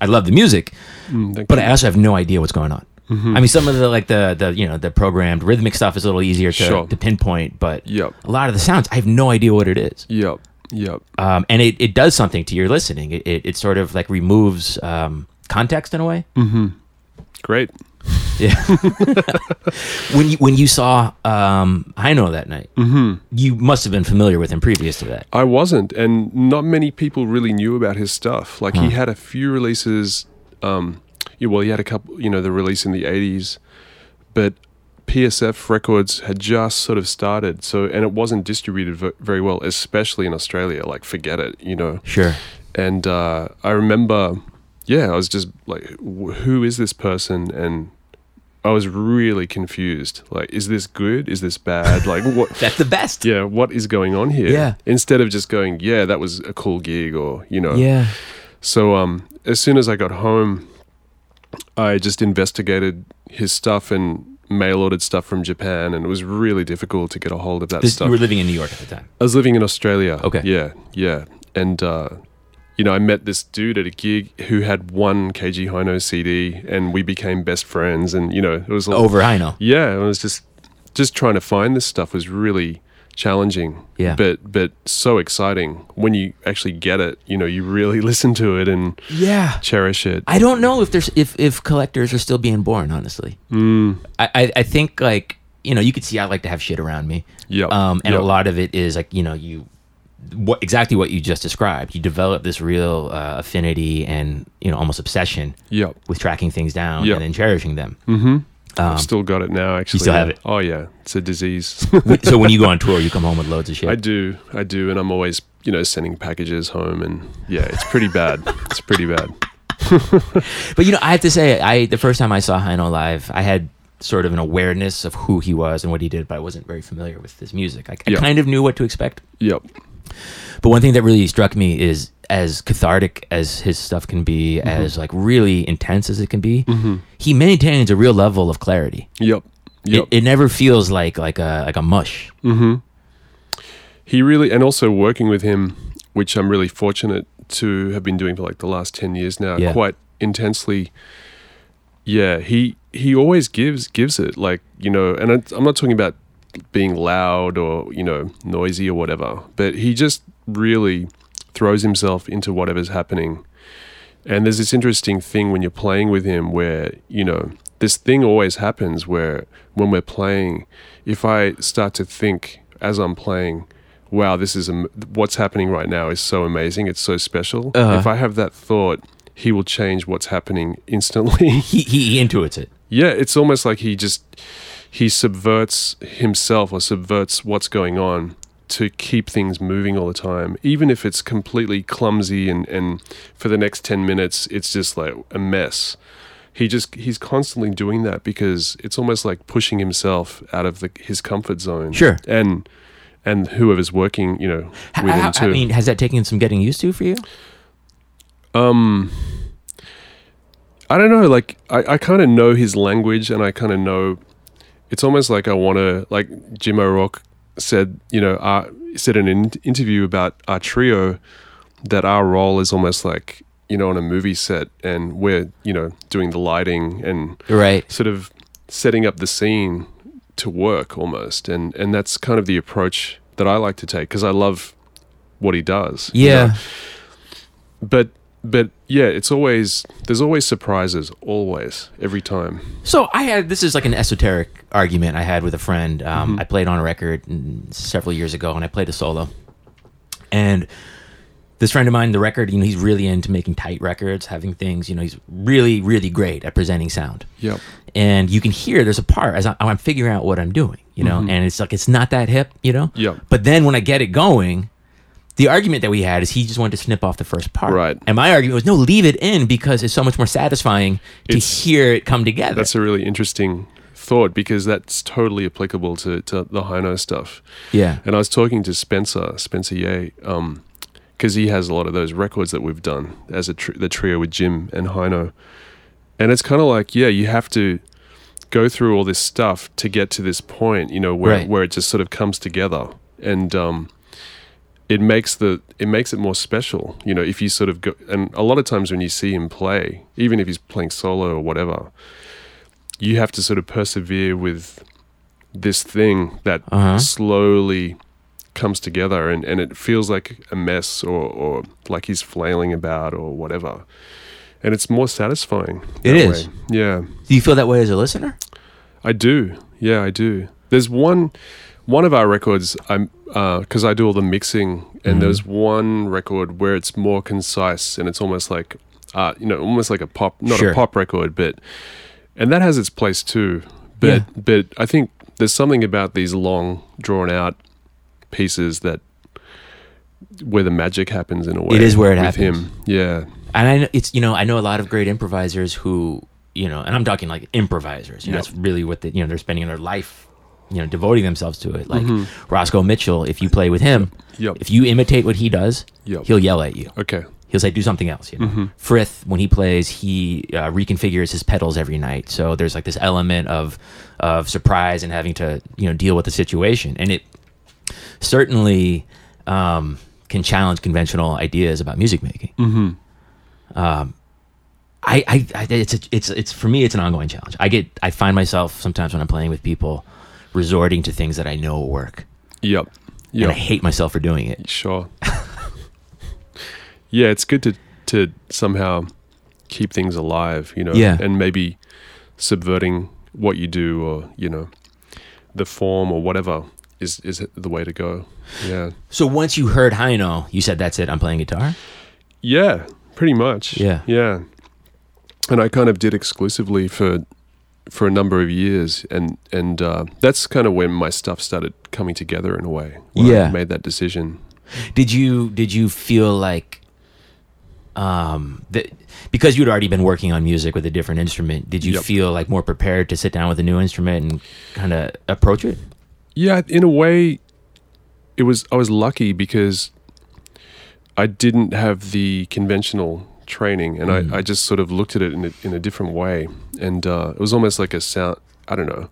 [SPEAKER 1] I love the music.
[SPEAKER 2] Mm, thank
[SPEAKER 1] but
[SPEAKER 2] you.
[SPEAKER 1] I also have no idea what's going on. I mean, some of the like the the you know the programmed rhythmic stuff is a little easier to,
[SPEAKER 2] Sure.
[SPEAKER 1] to pinpoint, but
[SPEAKER 2] Yep.
[SPEAKER 1] a lot of the sounds I have no idea what it is,
[SPEAKER 2] Yep. Yep.
[SPEAKER 1] um, and it, it does something to your listening. It it, it sort of like removes um, context in a way.
[SPEAKER 2] Great.
[SPEAKER 1] Yeah. when you when you saw um, I know that night, you must have been familiar with him previous to that.
[SPEAKER 2] I wasn't, and not many people really knew about his stuff. Like he had a few releases. Um, yeah, well, he had a couple. You know, the release in the '80s, but PSF Records had just sort of started. So, and it wasn't distributed v- very well, especially in Australia. Like, forget it. You know.
[SPEAKER 1] Sure.
[SPEAKER 2] And uh, I remember, yeah, I was just like, "Wh- who is this person? And I was really confused. Like, is this good? Is this bad? Like, what?
[SPEAKER 1] That's the best.
[SPEAKER 2] yeah, what is going on here?
[SPEAKER 1] Yeah.
[SPEAKER 2] Instead of just going, yeah, that was a cool gig or, you know.
[SPEAKER 1] Yeah.
[SPEAKER 2] So um as soon as I got home, I just investigated his stuff and mail ordered stuff from Japan and it was really difficult to get a hold of that
[SPEAKER 1] This-
[SPEAKER 2] stuff.
[SPEAKER 1] you were living in New York at the time.
[SPEAKER 2] I was living in Australia.
[SPEAKER 1] Okay.
[SPEAKER 2] Yeah, yeah. And uh you know, I met this dude at a gig who had one KG Hino CD, and we became best friends. And you know, it was like,
[SPEAKER 1] Over I know.
[SPEAKER 2] yeah, it was just just trying to find this stuff was really challenging.
[SPEAKER 1] Yeah.
[SPEAKER 2] But but so exciting when you actually get it. You know, you really listen to it and
[SPEAKER 1] Yeah.
[SPEAKER 2] cherish it.
[SPEAKER 1] I don't know if there's if if collectors are still being born. Honestly, I, I I think like you know you could see I like to have shit around me.
[SPEAKER 2] Yep.
[SPEAKER 1] Um, and
[SPEAKER 2] Yep.
[SPEAKER 1] a lot of it is like you know you what exactly what you just described. You develop this real uh, affinity and you know almost obsession
[SPEAKER 2] Yep.
[SPEAKER 1] with tracking things down
[SPEAKER 2] Yep.
[SPEAKER 1] and then cherishing them. Um,
[SPEAKER 2] I've still got it now, actually.
[SPEAKER 1] still have it?
[SPEAKER 2] Oh, yeah. It's a disease.
[SPEAKER 1] wi- so when you go on tour, you come home with loads of shit.
[SPEAKER 2] I do. I do. And I'm always, you know, sending packages home. And yeah, it's pretty bad. it's pretty bad.
[SPEAKER 1] But you know, I have to say, I the first time I saw Hino live, I had sort of an awareness of who he was and what he did, but I wasn't very familiar with his music. I, I
[SPEAKER 2] Yeah.
[SPEAKER 1] kind of knew what to expect.
[SPEAKER 2] Yep.
[SPEAKER 1] But one thing that really struck me is as cathartic as his stuff can be,
[SPEAKER 2] Mm-hmm.
[SPEAKER 1] as like really intense as it can be, he maintains a real level of clarity.
[SPEAKER 2] Yep. Yep. Mm.
[SPEAKER 1] It, it never feels like like a like a mush.
[SPEAKER 2] he really and also working with him which i'm really fortunate to have been doing for like the last 10 years now
[SPEAKER 1] Yeah.
[SPEAKER 2] quite intensely yeah he he always gives gives it like you know and it's- i'm not talking about being loud or you know noisy or whatever but he just really throws himself into whatever's happening and there's this interesting thing when you're playing with him where, you know, this thing always happens where when we're playing, if I start to think as I'm playing, wow, this is am- what's happening right now is so amazing, it's so special.
[SPEAKER 1] Uh-huh.
[SPEAKER 2] If I have that thought, he will change what's happening instantly.
[SPEAKER 1] He he, he intuits it.
[SPEAKER 2] yeah, it's almost like he just he subverts himself or subverts what's going on to keep things moving all the time, even if it's completely clumsy and, and for the next 10 minutes, it's just like a mess. He just, he's constantly doing that because it's almost like pushing himself out of the, his comfort zone.
[SPEAKER 1] Sure.
[SPEAKER 2] And, and whoever's working, you know,
[SPEAKER 1] H-
[SPEAKER 2] with
[SPEAKER 1] how-
[SPEAKER 2] him too.
[SPEAKER 1] I mean, has that taken some getting used to for you?
[SPEAKER 2] Um, I don't know. Like, I, I kind of know his language, and I kind of know. It's almost like I want to, like Jim O'Rourke said, you know, our, said in an in- interview about our trio that our role is almost like you know on a movie set, and we're you know doing the lighting and
[SPEAKER 1] Right.
[SPEAKER 2] sort of setting up the scene to work almost, and and that's kind of the approach that I like to take because I love what he does. you know?
[SPEAKER 1] Yeah.
[SPEAKER 2] but but yeah, it's always there's always surprises, always every time.
[SPEAKER 1] So I had this is like an esoteric argument I had with a friend. Um,
[SPEAKER 2] Mm-hmm.
[SPEAKER 1] I played on a record mm, several years ago, and I played a solo. And this friend of mine, the record, you know, he's really into making tight records, having things. You know, he's really, really great at presenting sound.
[SPEAKER 2] Yep.
[SPEAKER 1] And you can hear there's a part as I, I'm figuring out what I'm doing, you know, and it's like it's not that hip, you know.
[SPEAKER 2] Mm-hmm. Yeah.
[SPEAKER 1] But then when I get it going, the argument that we had is he just wanted to snip off the first part.
[SPEAKER 2] Right.
[SPEAKER 1] And my argument was no, leave it in because it's so much more satisfying to
[SPEAKER 2] It's-
[SPEAKER 1] hear it come together.
[SPEAKER 2] That's a really interesting thought because that's totally applicable to, to the Hino stuff.
[SPEAKER 1] yeah.
[SPEAKER 2] And I was talking to Spencer, Spencer Ye, um, because he has a lot of those records that we've done as a tr- the trio with Jim and Hino. And it's kind of like, yeah, you have to go through all this stuff to get to this point, you know, where
[SPEAKER 1] Right.
[SPEAKER 2] where it just sort of comes together, and um, it makes the it makes it more special, you know. If you sort of go, and a lot of times when you see him play, even if he's playing solo or whatever, you have to sort of persevere with this thing that
[SPEAKER 1] Uh-huh.
[SPEAKER 2] slowly comes together and, and it feels like a mess or, or like he's flailing about or whatever. And it's more satisfying.
[SPEAKER 1] It
[SPEAKER 2] that
[SPEAKER 1] is.
[SPEAKER 2] way. Yeah.
[SPEAKER 1] Do you feel that way as a listener?
[SPEAKER 2] I do. Yeah, I do. There's one one of our records I'm because I do all the mixing and
[SPEAKER 1] Mm-hmm.
[SPEAKER 2] there's one record where it's more concise and it's almost like uh, you know, almost like a pop not
[SPEAKER 1] Sure.
[SPEAKER 2] a pop record, but and that has its place too. But
[SPEAKER 1] Yeah.
[SPEAKER 2] but I think there's something about these long drawn out pieces that where the magic happens in a way.
[SPEAKER 1] It is where it
[SPEAKER 2] with
[SPEAKER 1] happens.
[SPEAKER 2] Him. Yeah.
[SPEAKER 1] And I know it's you know I know a lot of great improvisers who you know, and I'm talking like improvisers. You know,
[SPEAKER 2] Yep.
[SPEAKER 1] that's really what the, you know they're spending their life, you know, devoting themselves to it. Like Roscoe Mitchell, if you play with him,
[SPEAKER 2] Yep.
[SPEAKER 1] if you imitate what he does,
[SPEAKER 2] Yep.
[SPEAKER 1] he'll yell at you.
[SPEAKER 2] Okay.
[SPEAKER 1] He'll say do something else. You know, Frith when he plays, he uh, reconfigures his pedals every night. So there's like this element of of surprise and having to you know deal with the situation, and it certainly um, can challenge conventional ideas about music making. Um, I, I, I it's a, it's it's for me it's an ongoing challenge. I get I find myself sometimes when I'm playing with people resorting to things that I know work,
[SPEAKER 2] Yep.
[SPEAKER 1] and
[SPEAKER 2] Yep.
[SPEAKER 1] I hate myself for doing it.
[SPEAKER 2] Sure. yeah, it's good to to somehow keep things alive, you know,
[SPEAKER 1] Yeah.
[SPEAKER 2] and maybe subverting what you do or you know the form or whatever is is the way to go. Yeah,
[SPEAKER 1] So once you heard Hino, you said that's it. I'm playing guitar.
[SPEAKER 2] yeah, pretty much.
[SPEAKER 1] Yeah.
[SPEAKER 2] yeah. And I kind of did exclusively for for a number of years, and and uh, that's kind of when my stuff started coming together in a way. when I
[SPEAKER 1] Yeah.
[SPEAKER 2] made that decision.
[SPEAKER 1] Did you did you feel like um that because you'd already been working on music with a different instrument, did you
[SPEAKER 2] Yep.
[SPEAKER 1] feel like more prepared to sit down with a new instrument and kind of approach it?
[SPEAKER 2] Yeah, in a way, it was. I was lucky because I didn't have the conventional training, and I, I just sort of looked at it in a, in a different way, and uh, it was almost like a sound. I don't know.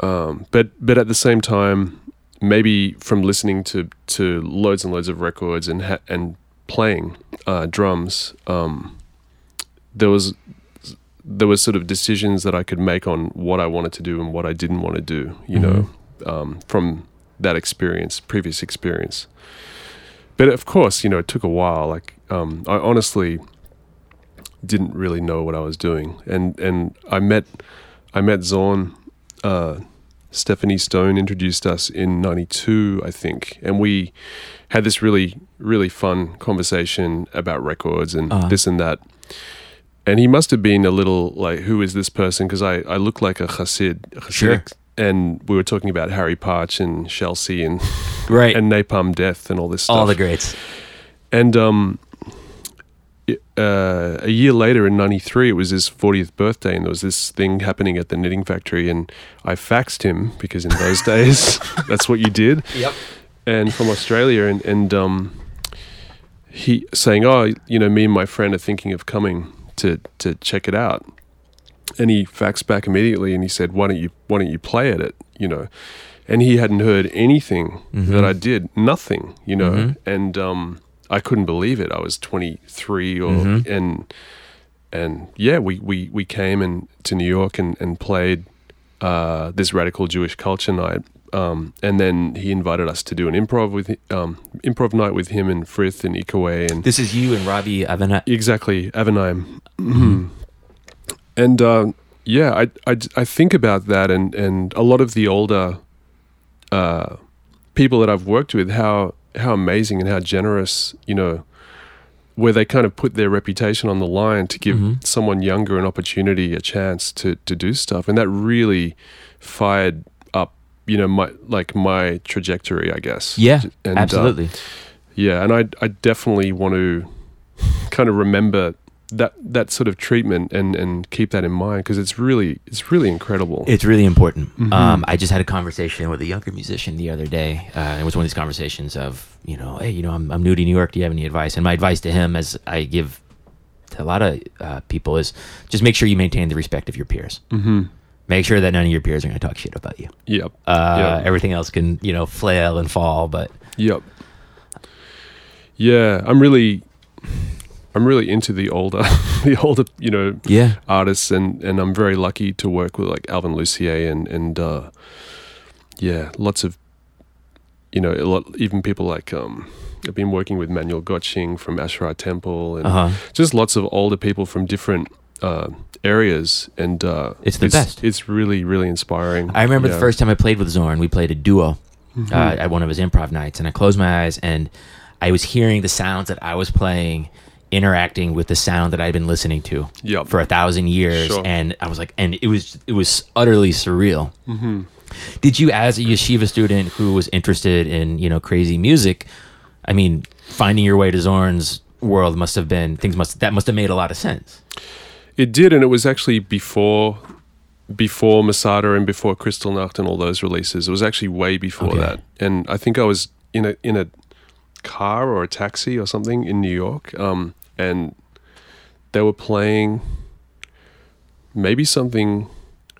[SPEAKER 2] Um, but but at the same time, maybe from listening to to loads and loads of records and ha- and playing uh, drums, um, there was there was sort of decisions that I could make on what I wanted to do and what I didn't want to do, you know, um, from that experience, previous experience. But of course, you know, it took a while. Like, um, I honestly didn't really know what I was doing, and and I met I met Zorn. Uh, Stephanie Stone introduced us in '92, I think, and we had this really really fun conversation about records and
[SPEAKER 1] Uh-huh.
[SPEAKER 2] this and that and he must have been a little like, who is this person? Because I, I look like a Hasid. Hasidic,
[SPEAKER 1] Sure.
[SPEAKER 2] And we were talking about Harry Parch and Chelsea and,
[SPEAKER 1] Right.
[SPEAKER 2] and Napalm Death and all this stuff.
[SPEAKER 1] All the greats.
[SPEAKER 2] and um, it- uh, a year later in 93, it was his 40th birthday and there was this thing happening at the knitting factory and I faxed him because in those days, that's what you did
[SPEAKER 1] Yep.
[SPEAKER 2] and from Australia, and and um, he saying, "Oh, you know, me and my friend are thinking of coming to to check it out." And he faxed back immediately, and he said, "Why don't you Why don't you play at it?" You know, and he hadn't heard anything that I did, nothing, you know, and um, I couldn't believe it. I was twenty three, or and and yeah, we we we came and to New York and and played uh, this radical Jewish culture night. Um, and then he invited us to do an improv with hi- um, improv night with him and Frith and Ikaway and
[SPEAKER 1] This is you and Robbie Avena.
[SPEAKER 2] exactly Avenheim. and uh, yeah, I, I I think about that and and a lot of the older uh, people that I've worked with, how how amazing and how generous, you know, where they kind of put their reputation on the line to give
[SPEAKER 1] Mm-hmm.
[SPEAKER 2] someone younger an opportunity, a chance to to do stuff, and that really fired up, you know, my like my trajectory, I guess.
[SPEAKER 1] Yeah.
[SPEAKER 2] And, uh,
[SPEAKER 1] absolutely.
[SPEAKER 2] yeah, and I I definitely want to kind of remember that that sort of treatment and and keep that in mind because it's really it's really incredible.
[SPEAKER 1] It's really important.
[SPEAKER 2] Mm-hmm.
[SPEAKER 1] Um, I just had a conversation with a younger musician the other day. Uh, it was one of these conversations of, you know, hey, you know, I'm, I'm new to New York. Do you have any advice? And my advice to him, as I give to a lot of uh, people, is just make sure you maintain the respect of your peers.
[SPEAKER 2] mm-hmm.
[SPEAKER 1] Make sure that none of your peers are going to talk shit about you.
[SPEAKER 2] Yep.
[SPEAKER 1] Uh,
[SPEAKER 2] Yeah.
[SPEAKER 1] Everything else can, you know, flail and fall, but
[SPEAKER 2] Yep. Yeah, I'm really I'm really into the older the older, you know,
[SPEAKER 1] yeah,
[SPEAKER 2] artists and and I'm very lucky to work with like Alvin Lucier and and uh yeah, lots of you know, a lot even people like um I've been working with Manuel Gotching from Ashra Temple and
[SPEAKER 1] uh huh,
[SPEAKER 2] just lots of older people from different uh, areas, and uh,
[SPEAKER 1] It's the best.
[SPEAKER 2] It's really, really inspiring.
[SPEAKER 1] I remember the
[SPEAKER 2] Yeah. Mm-hmm.
[SPEAKER 1] first time I played with Zorn, we played a duo uh, at one of his improv nights, and I closed my eyes and I was hearing the sounds that I was playing interacting with the sound that I'd been listening to
[SPEAKER 2] Yep.
[SPEAKER 1] for a thousand years,
[SPEAKER 2] Sure.
[SPEAKER 1] and I was like, and it was it was utterly surreal.
[SPEAKER 2] Mm-hmm.
[SPEAKER 1] Did you, as a yeshiva student who was interested in you know crazy music, I mean, finding your way to Zorn's world must have been things must that must have made a lot of sense.
[SPEAKER 2] It did, and it was actually before before Masada and before Kristallnacht and all those releases. It was actually way before
[SPEAKER 1] Okay.
[SPEAKER 2] that, and I think I was in a in a car or a taxi or something in New York, um, and they were playing maybe something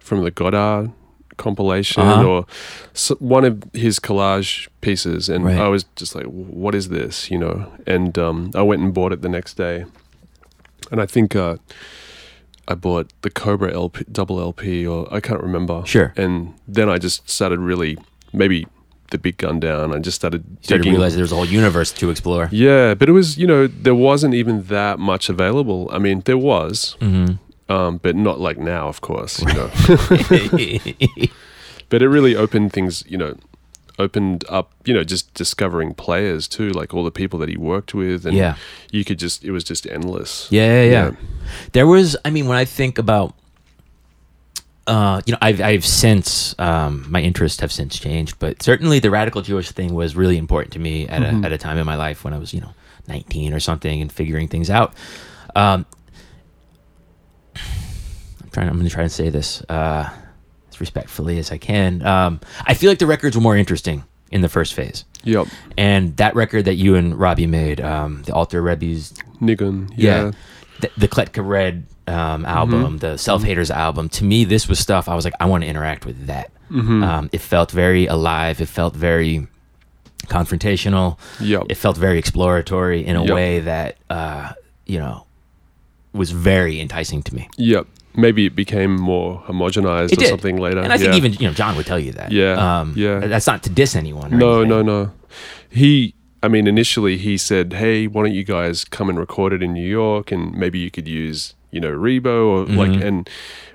[SPEAKER 2] from the Goddard compilation
[SPEAKER 1] Uh-huh.
[SPEAKER 2] or s one of his collage pieces and
[SPEAKER 1] Right.
[SPEAKER 2] I was just like what is this you know and um, I went and bought it the next day and I think uh, I bought the Cobra LP, double LP, or I can't remember.
[SPEAKER 1] Sure.
[SPEAKER 2] And then I just started really, maybe the big gun down. I just started
[SPEAKER 1] You started to
[SPEAKER 2] digging.
[SPEAKER 1] realize there's a whole universe to explore.
[SPEAKER 2] yeah, but it was you know there wasn't even that much available. I mean there was, um, but not like now, of course. You know,
[SPEAKER 1] Mm-hmm.
[SPEAKER 2] but it really opened things. You know, opened up, you know, just discovering players too, like all the people that he worked with, and
[SPEAKER 1] Yeah.
[SPEAKER 2] you could just it was just endless.
[SPEAKER 1] Yeah, yeah, yeah.
[SPEAKER 2] Yeah.
[SPEAKER 1] There was, I mean, when I think about, uh, you know, I've I've since um, my interests have since changed, but certainly the radical Jewish thing was really important to me at a at a time in my life when I was, you know, nineteen or something and figuring things out. Um, I'm trying. I'm going to try and say this uh, as respectfully as I can. Um, I feel like the records were more interesting in the first phase,
[SPEAKER 2] Yep.
[SPEAKER 1] and that record that you and Robbie made, um, the Alter Rebbe's
[SPEAKER 2] Nigun.
[SPEAKER 1] yeah,
[SPEAKER 2] Yeah.
[SPEAKER 1] Th- the Kletka Red um, album,
[SPEAKER 2] Mm-hmm.
[SPEAKER 1] the Self Haters album. To me, this was stuff I was like, I want to interact with that.
[SPEAKER 2] Mm-hmm.
[SPEAKER 1] Um, it felt very alive. It felt very confrontational.
[SPEAKER 2] Yep.
[SPEAKER 1] It felt very exploratory in a
[SPEAKER 2] Yep.
[SPEAKER 1] way that uh, you know was very enticing to me.
[SPEAKER 2] Yep. Maybe it became more homogenized
[SPEAKER 1] It
[SPEAKER 2] or
[SPEAKER 1] did.
[SPEAKER 2] something later.
[SPEAKER 1] And I think
[SPEAKER 2] Yeah.
[SPEAKER 1] even you know John would tell you that. Um,
[SPEAKER 2] Yeah, yeah.
[SPEAKER 1] That's not to diss anyone. Or
[SPEAKER 2] No,
[SPEAKER 1] anything.
[SPEAKER 2] no, no. He, I mean, initially he said, "Hey, why don't you guys come and record it in New York, and maybe you could use, you know, Rebo or like."
[SPEAKER 1] Mm-hmm.
[SPEAKER 2] And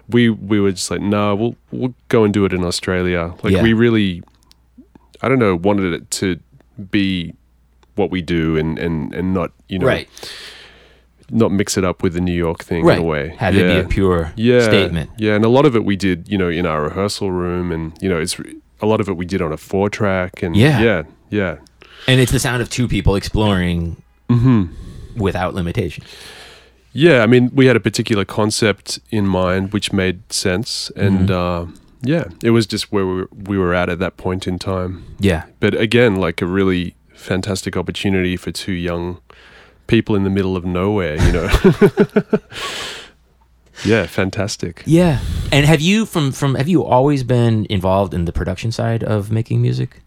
[SPEAKER 2] we we were just like, "No, we'll we'll go and do it in Australia." Like
[SPEAKER 1] Yeah.
[SPEAKER 2] we really, I don't know, wanted it to be what we do and and and not you know
[SPEAKER 1] Right,
[SPEAKER 2] not mix it up with the New York thing
[SPEAKER 1] right.
[SPEAKER 2] in a way.
[SPEAKER 1] Had it be a pure
[SPEAKER 2] yeah,
[SPEAKER 1] statement.
[SPEAKER 2] Yeah, and a lot of it we did, you know, in our rehearsal room, and you know, it's a lot of it we did on a four track, and
[SPEAKER 1] Yeah.
[SPEAKER 2] yeah, yeah.
[SPEAKER 1] And it's the sound of two people exploring
[SPEAKER 2] Mm-hmm.
[SPEAKER 1] without limitation.
[SPEAKER 2] Yeah, I mean, we had a particular concept in mind which made sense, and
[SPEAKER 1] Mm-hmm.
[SPEAKER 2] uh, yeah, it was just where we were, we were at at that point in time.
[SPEAKER 1] Yeah.
[SPEAKER 2] But again, like a really fantastic opportunity for two young people in the middle of nowhere, you know. yeah, fantastic.
[SPEAKER 1] Yeah. And have you from from have you always been involved in the production side of making music?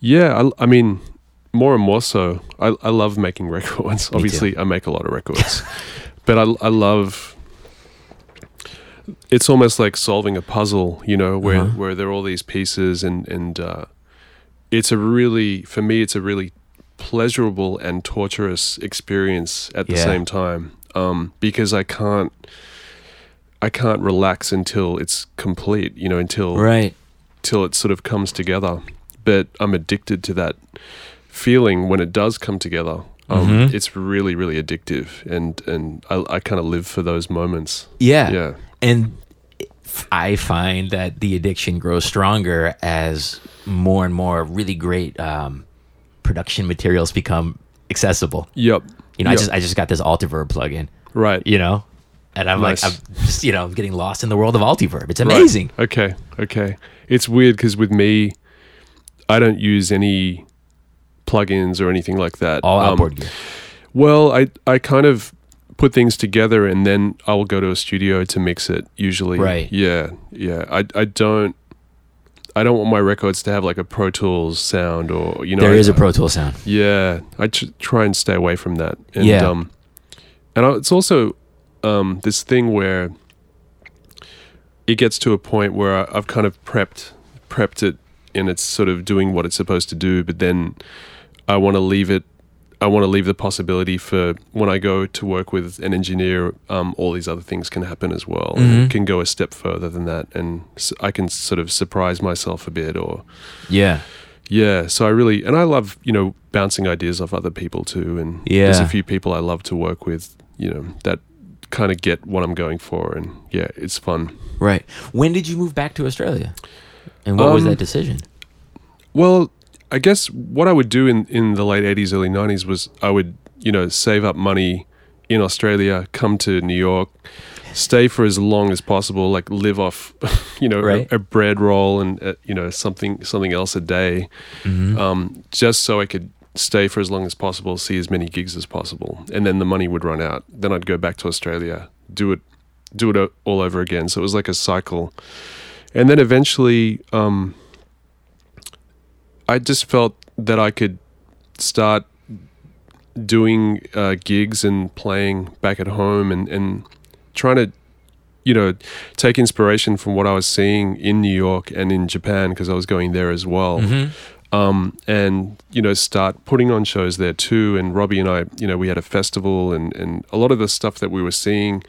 [SPEAKER 2] Yeah, I, I mean, more and more so. I, I love making records. Obviously, I make a lot of records, but I, I love. It's almost like solving a puzzle, you know, where
[SPEAKER 1] Uh-huh.
[SPEAKER 2] where there are all these pieces, and and uh, it's a really for me, it's a really pleasurable and torturous experience at the
[SPEAKER 1] Yeah.
[SPEAKER 2] same time, um, because I can't. I can't relax until it's complete, you know, until
[SPEAKER 1] Right.
[SPEAKER 2] till it sort of comes together. But I'm addicted to that feeling when it does come together. Um,
[SPEAKER 1] Mhm.
[SPEAKER 2] It's really, really addictive, and and I, I kind of live for those moments.
[SPEAKER 1] Yeah.
[SPEAKER 2] Yeah,
[SPEAKER 1] And I find that the addiction grows stronger as more and more really great um, production materials become accessible.
[SPEAKER 2] yep.
[SPEAKER 1] You know, I
[SPEAKER 2] Yep.
[SPEAKER 1] just I just got this Altiverb plugin,
[SPEAKER 2] right.
[SPEAKER 1] you know? And I'm
[SPEAKER 2] Nice.
[SPEAKER 1] like I'm just, you know, getting lost in the world of Altiverb. It's amazing.
[SPEAKER 2] Right. Okay, okay. It's weird because with me, I don't use any plugins or anything like that.
[SPEAKER 1] All
[SPEAKER 2] Um,
[SPEAKER 1] Oh, outboard gear.
[SPEAKER 2] Well, I I kind of put things together and then I will go to a studio to mix it usually.
[SPEAKER 1] Right.
[SPEAKER 2] Yeah. Yeah. I I don't I don't want my records to have like a Pro Tools sound or you know
[SPEAKER 1] There is
[SPEAKER 2] I-
[SPEAKER 1] a Pro Tool sound.
[SPEAKER 2] Yeah. I tr- try and stay away from that. And
[SPEAKER 1] Yeah.
[SPEAKER 2] um and I, it's also um this thing where it gets to a point where I, I've kind of prepped prepped it and it's sort of doing what it's supposed to do, but then I want to leave it. I want to leave the possibility for when I go to work with an engineer, um, all these other things can happen as well.
[SPEAKER 1] Mhm.
[SPEAKER 2] It can go a step further than that, and s I I can sort of surprise myself a bit, or
[SPEAKER 1] Yeah.
[SPEAKER 2] yeah. So I really and I love you know bouncing ideas off other people too, and there's
[SPEAKER 1] Yeah.
[SPEAKER 2] a few people I love to work with, you know, that kind of get what I'm going for, and yeah, it's fun.
[SPEAKER 1] Right. When did you move back to Australia? And what was
[SPEAKER 2] Um,
[SPEAKER 1] that decision?
[SPEAKER 2] Well, I guess what I would do in, in the late 80s, early 90s was I would, you know, save up money in Australia, come to New York, stay for as long as possible, like live off, you know,
[SPEAKER 1] Right.
[SPEAKER 2] a, a bread roll and, uh, you know, something, something else a day, um, just so I could stay for as long as possible, see as many gigs as possible. And then the money would run out. Then I'd go back to Australia, do it, do it o- all over again. So it was like a cycle. And then eventually, um, I just felt that I could start doing uh, gigs and playing back at home and, and trying to, you know, take inspiration from what I was seeing in New York and in Japan because I was going there as well. Um, and, you know, start putting on shows there too. And Robbie and I, you know, we had a festival and, and a lot of the stuff that we were seeing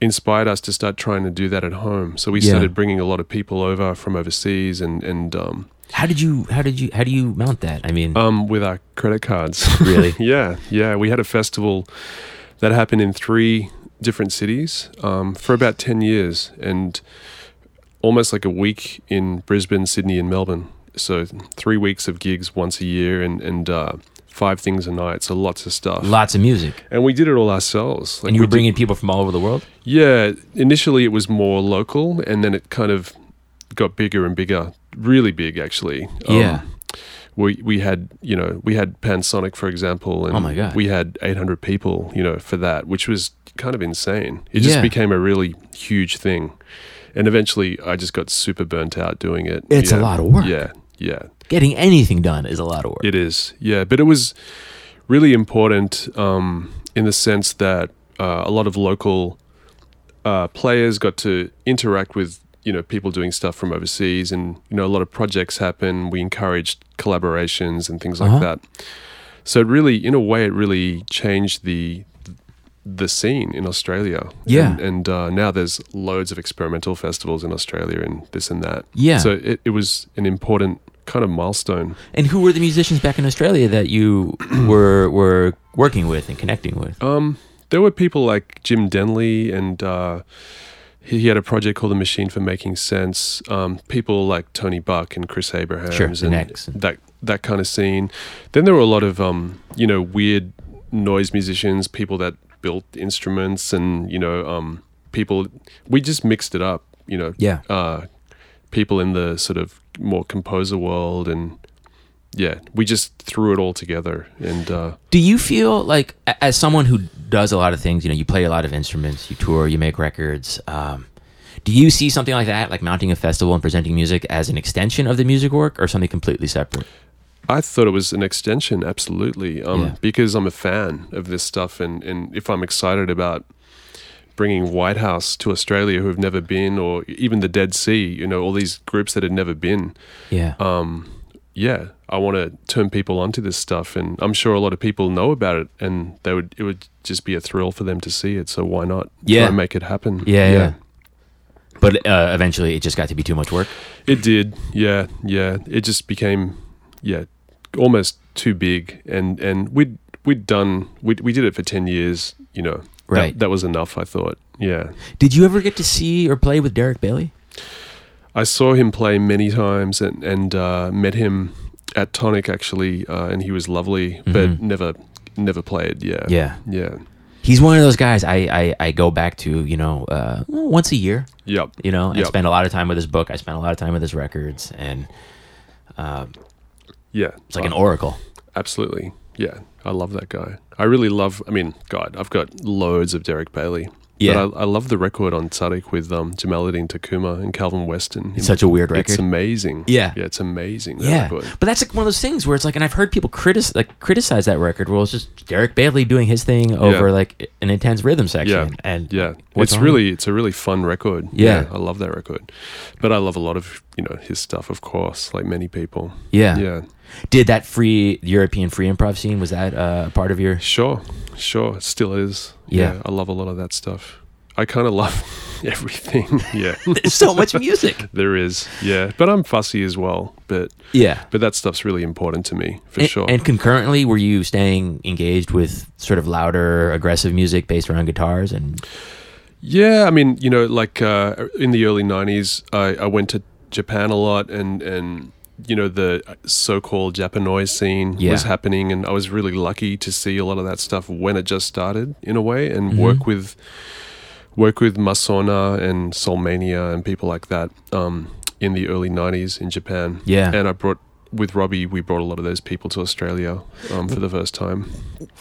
[SPEAKER 2] inspired us to start trying to do that at home. So we
[SPEAKER 1] Yeah.
[SPEAKER 2] started bringing a lot of people over from overseas and, and, um,
[SPEAKER 1] How did you? How did you? How do you mount that? I mean,
[SPEAKER 2] um, with our credit cards.
[SPEAKER 1] Really?
[SPEAKER 2] yeah, yeah. We had a festival that happened in three different cities um, for about ten years, and almost like a week in Brisbane, Sydney, and Melbourne. So three weeks of gigs once a year, and and uh, five things a night. So lots of stuff.
[SPEAKER 1] lots of music,
[SPEAKER 2] and we did it all ourselves. Like
[SPEAKER 1] and you
[SPEAKER 2] we
[SPEAKER 1] were bringing people from all over the world.
[SPEAKER 2] yeah, initially it was more local, and then it kind of got bigger and bigger, really big actually. Um,
[SPEAKER 1] Yeah.
[SPEAKER 2] We we had you know we had Pansonic for example, and
[SPEAKER 1] Oh my God.
[SPEAKER 2] we had 800 people you know for that, which was kind of insane. It just
[SPEAKER 1] Yeah.
[SPEAKER 2] became a really huge thing, and eventually I just got super burnt out doing it.
[SPEAKER 1] It's a
[SPEAKER 2] Yeah.
[SPEAKER 1] lot of work.
[SPEAKER 2] Yeah, yeah,
[SPEAKER 1] Getting anything done is a lot of work.
[SPEAKER 2] it is, yeah. But it was really important um, in the sense that uh, a lot of local uh, players got to interact with you know people doing stuff from overseas, and you know a lot of projects happen. We encouraged collaborations and things like
[SPEAKER 1] Uh-huh.
[SPEAKER 2] that. So it really, in a way, it really changed the the scene in Australia.
[SPEAKER 1] Yeah.
[SPEAKER 2] and, and uh, now there's loads of experimental festivals in Australia and this and that.
[SPEAKER 1] Yeah.
[SPEAKER 2] so it, it was an important kind of milestone.
[SPEAKER 1] And who were the musicians back in Australia that you were were working with and connecting with?
[SPEAKER 2] Um, there were people like Jim Denley, and uh, he, he had a project called The Machine for Making Sense. Um, people like Tony Buck and Chris Abrahams,
[SPEAKER 1] Sure, the
[SPEAKER 2] and
[SPEAKER 1] Necks.
[SPEAKER 2] that that kind of scene. Then there were a lot of um, you know weird noise musicians, people that built instruments, and you know um, people. We just mixed it up, you know.
[SPEAKER 1] Yeah.
[SPEAKER 2] Uh, people in the sort of more composer world and yeah we just threw it all together and uh
[SPEAKER 1] Do you feel like, a- as someone who does a lot of things, you know, you play a lot of instruments, you tour, you make records. Um, do you see something like that, like mounting a festival and presenting music as an extension of the music work, or something completely separate?
[SPEAKER 2] I thought it was an extension, absolutely, um,
[SPEAKER 1] Yeah.
[SPEAKER 2] because I'm a fan of this stuff, and, and if I'm excited about bringing White House to Australia, who have never been, or even the Dead Sea, you know, all these groups that had never been,
[SPEAKER 1] Yeah.
[SPEAKER 2] um, yeah, I want to turn people onto this stuff, and I'm sure a lot of people know about it, and they would it would just be a thrill for them to see it. So why not?
[SPEAKER 1] Yeah.
[SPEAKER 2] try and make it happen.
[SPEAKER 1] yeah, yeah, But uh, eventually, it just got to be too much work.
[SPEAKER 2] It did. Yeah, yeah. It just became yeah, almost too big and and we'd we'd done we we did it for 10 years, you know. That-
[SPEAKER 1] Right.
[SPEAKER 2] That, was enough, I thought. Yeah.
[SPEAKER 1] Did you ever get to see or play with Derek Bailey?
[SPEAKER 2] I saw him play many times and and uh, met him at Tonic actually uh, and he was lovely, but
[SPEAKER 1] Mhm.
[SPEAKER 2] never never played. Yeah.
[SPEAKER 1] Yeah.
[SPEAKER 2] Yeah.
[SPEAKER 1] He's one of those guys I, I, I go back to, you know, uh, once a year.
[SPEAKER 2] Yep.
[SPEAKER 1] you know i
[SPEAKER 2] Yep.
[SPEAKER 1] spent a lot of time with his book i spent a lot of time with his records and uh,
[SPEAKER 2] Yeah.
[SPEAKER 1] it's like an oracle
[SPEAKER 2] Absolutely. Yeah. I love that guy. I really love, I mean, God, I've got loads of Derek Bailey.
[SPEAKER 1] Yeah.
[SPEAKER 2] But I, I love the record on Tzadik with um, Jamaluddin Takuma and Calvin Weston.
[SPEAKER 1] it's such a weird record
[SPEAKER 2] It's amazing.
[SPEAKER 1] Yeah.
[SPEAKER 2] Yeah. It's amazing. That
[SPEAKER 1] yeah
[SPEAKER 2] Record.
[SPEAKER 1] but that's like one of those things where it's like and i've heard people critic like criticize that record where it's just derek bailey doing his thing over like an intense rhythm section
[SPEAKER 2] Yeah.
[SPEAKER 1] and
[SPEAKER 2] Yeah.
[SPEAKER 1] What's
[SPEAKER 2] it's
[SPEAKER 1] on
[SPEAKER 2] really, it's a really fun record.
[SPEAKER 1] Yeah.
[SPEAKER 2] I love that record. But I love a lot of, you know, his stuff, of course, like many people.
[SPEAKER 1] yeah.
[SPEAKER 2] Yeah.
[SPEAKER 1] did that free european free improv scene was that uh, a part of your
[SPEAKER 2] Sure. Sure. It still is.
[SPEAKER 1] Yeah.
[SPEAKER 2] I love a lot of that stuff. I kind of love everything. yeah.
[SPEAKER 1] there's so much music
[SPEAKER 2] There is, yeah. But I'm fussy as well. But
[SPEAKER 1] yeah
[SPEAKER 2] but that stuff's really important to me for
[SPEAKER 1] and,
[SPEAKER 2] sure.
[SPEAKER 1] and concurrently were you staying engaged with sort of louder aggressive music based around guitars and
[SPEAKER 2] yeah, I mean, you know, like uh, in the early '90s, I, I went to Japan a lot, and and you know the so-called Japanese scene
[SPEAKER 1] Yeah.
[SPEAKER 2] was happening, and I was really lucky to see a lot of that stuff when it just started, in a way, and work
[SPEAKER 1] Mm-hmm.
[SPEAKER 2] with work with Masona and Soulmania and people like that um, in the early '90s in Japan.
[SPEAKER 1] Yeah.
[SPEAKER 2] and I brought. With Robbie, we brought a lot of those people to Australia um, for the first time.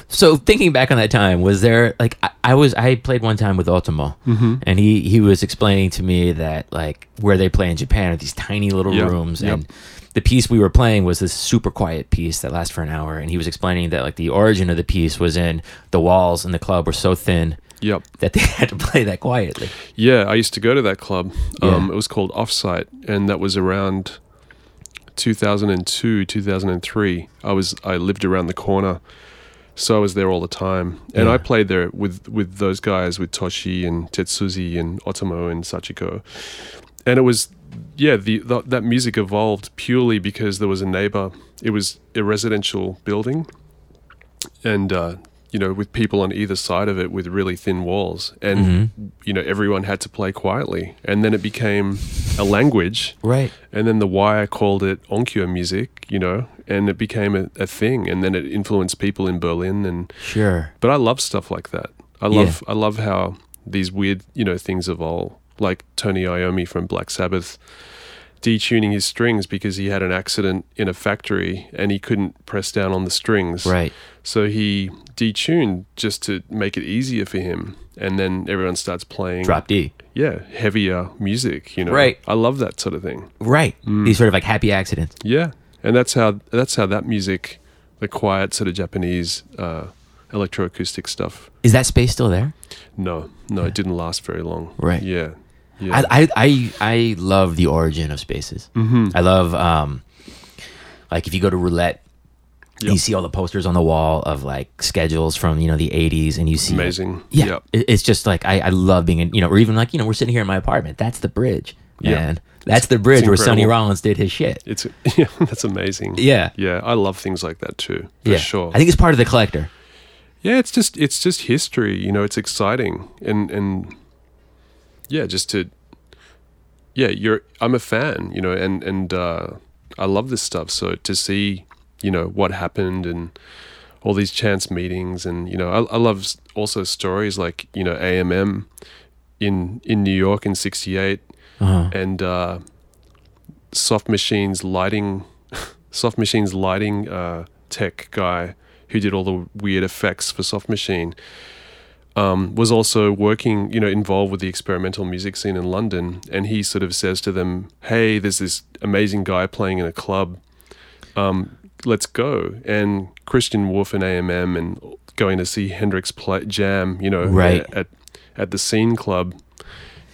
[SPEAKER 1] so thinking back on that time was there like i, I was i played one time with ultimo
[SPEAKER 2] Mm-hmm.
[SPEAKER 1] and he he was explaining to me that like where they play in japan are these tiny little
[SPEAKER 2] Yeah,
[SPEAKER 1] rooms
[SPEAKER 2] yeah.
[SPEAKER 1] and the piece we were playing was this super quiet piece that lasts for an hour and he was explaining that like the origin of the piece was in the walls in the club were so thin
[SPEAKER 2] Yep.
[SPEAKER 1] that they had to play that quietly
[SPEAKER 2] Yeah, I used to go to that club. Um,
[SPEAKER 1] Yeah.
[SPEAKER 2] It was called Offsite, and that was around 2002, 2003. I was I lived around the corner, so I was there all the time, and
[SPEAKER 1] Yeah.
[SPEAKER 2] I played there with with those guys with Toshi and Tetsuzi and Otomo and Sachiko, and it was yeah the, the that music evolved purely because there was a neighbor it was a residential building and uh you know with people on either side of it with really thin walls and you know everyone had to play quietly and then it became a language
[SPEAKER 1] Right.
[SPEAKER 2] and then the wire called it onkyo music you know and it became a, a thing and then it influenced people in berlin and
[SPEAKER 1] Sure.
[SPEAKER 2] but I love stuff like that. I love I love how these weird, you know, things evolve. Like Tony Iommi from Black Sabbath detuning his strings because he had an accident in a factory and he couldn't press down on the strings.
[SPEAKER 1] Right.
[SPEAKER 2] So he detuned just to make it easier for him and then everyone starts playing
[SPEAKER 1] Drop D.
[SPEAKER 2] yeah, heavier music, you know.
[SPEAKER 1] Right.
[SPEAKER 2] I love that sort of thing.
[SPEAKER 1] Right.
[SPEAKER 2] Mm.
[SPEAKER 1] These sort of like happy accidents.
[SPEAKER 2] Yeah, and that's how that's how that music, the quiet sort of Japanese uh, electroacoustic stuff.
[SPEAKER 1] Is that space still there?
[SPEAKER 2] No, no, it didn't last very long.
[SPEAKER 1] Right.
[SPEAKER 2] Yeah. Yeah.
[SPEAKER 1] I, I I I love the origin of spaces. Mm-hmm. I love um, like if you go to roulette.
[SPEAKER 2] Yep.
[SPEAKER 1] You see all the posters on the wall of like schedules from you know the '80s, and you see
[SPEAKER 2] Amazing.
[SPEAKER 1] Yeah,
[SPEAKER 2] Yep.
[SPEAKER 1] it- it's just like I, I love being in you know, or even like you know, we're sitting here in my apartment. That's the bridge,
[SPEAKER 2] Yeah.
[SPEAKER 1] man. That's the bridge
[SPEAKER 2] it's
[SPEAKER 1] where Sonny
[SPEAKER 2] incredible.
[SPEAKER 1] Rollins did his shit.
[SPEAKER 2] It's yeah, that's amazing.
[SPEAKER 1] Yeah.
[SPEAKER 2] Yeah, I love things like that too. For
[SPEAKER 1] yeah,
[SPEAKER 2] sure.
[SPEAKER 1] I think it's part of the collector.
[SPEAKER 2] yeah, it's just it's just history, you know, it's exciting and and yeah, just to yeah, you're I'm a fan, you know, and and uh I love this stuff, so to see, you know, what happened and all these chance meetings and you know, I, I love s- also stories like, you know, AMM in in New York in 68
[SPEAKER 1] Uh-huh.
[SPEAKER 2] and uh, soft machines lighting soft machines lighting uh, tech guy who did all the weird effects for soft machine um, was also working you know involved with the experimental music scene in london and he sort of says to them hey there's this amazing guy playing in a club um, let's go and christian wolf and amm and going to see hendrix play jam you know
[SPEAKER 1] Right.
[SPEAKER 2] at, at the scene club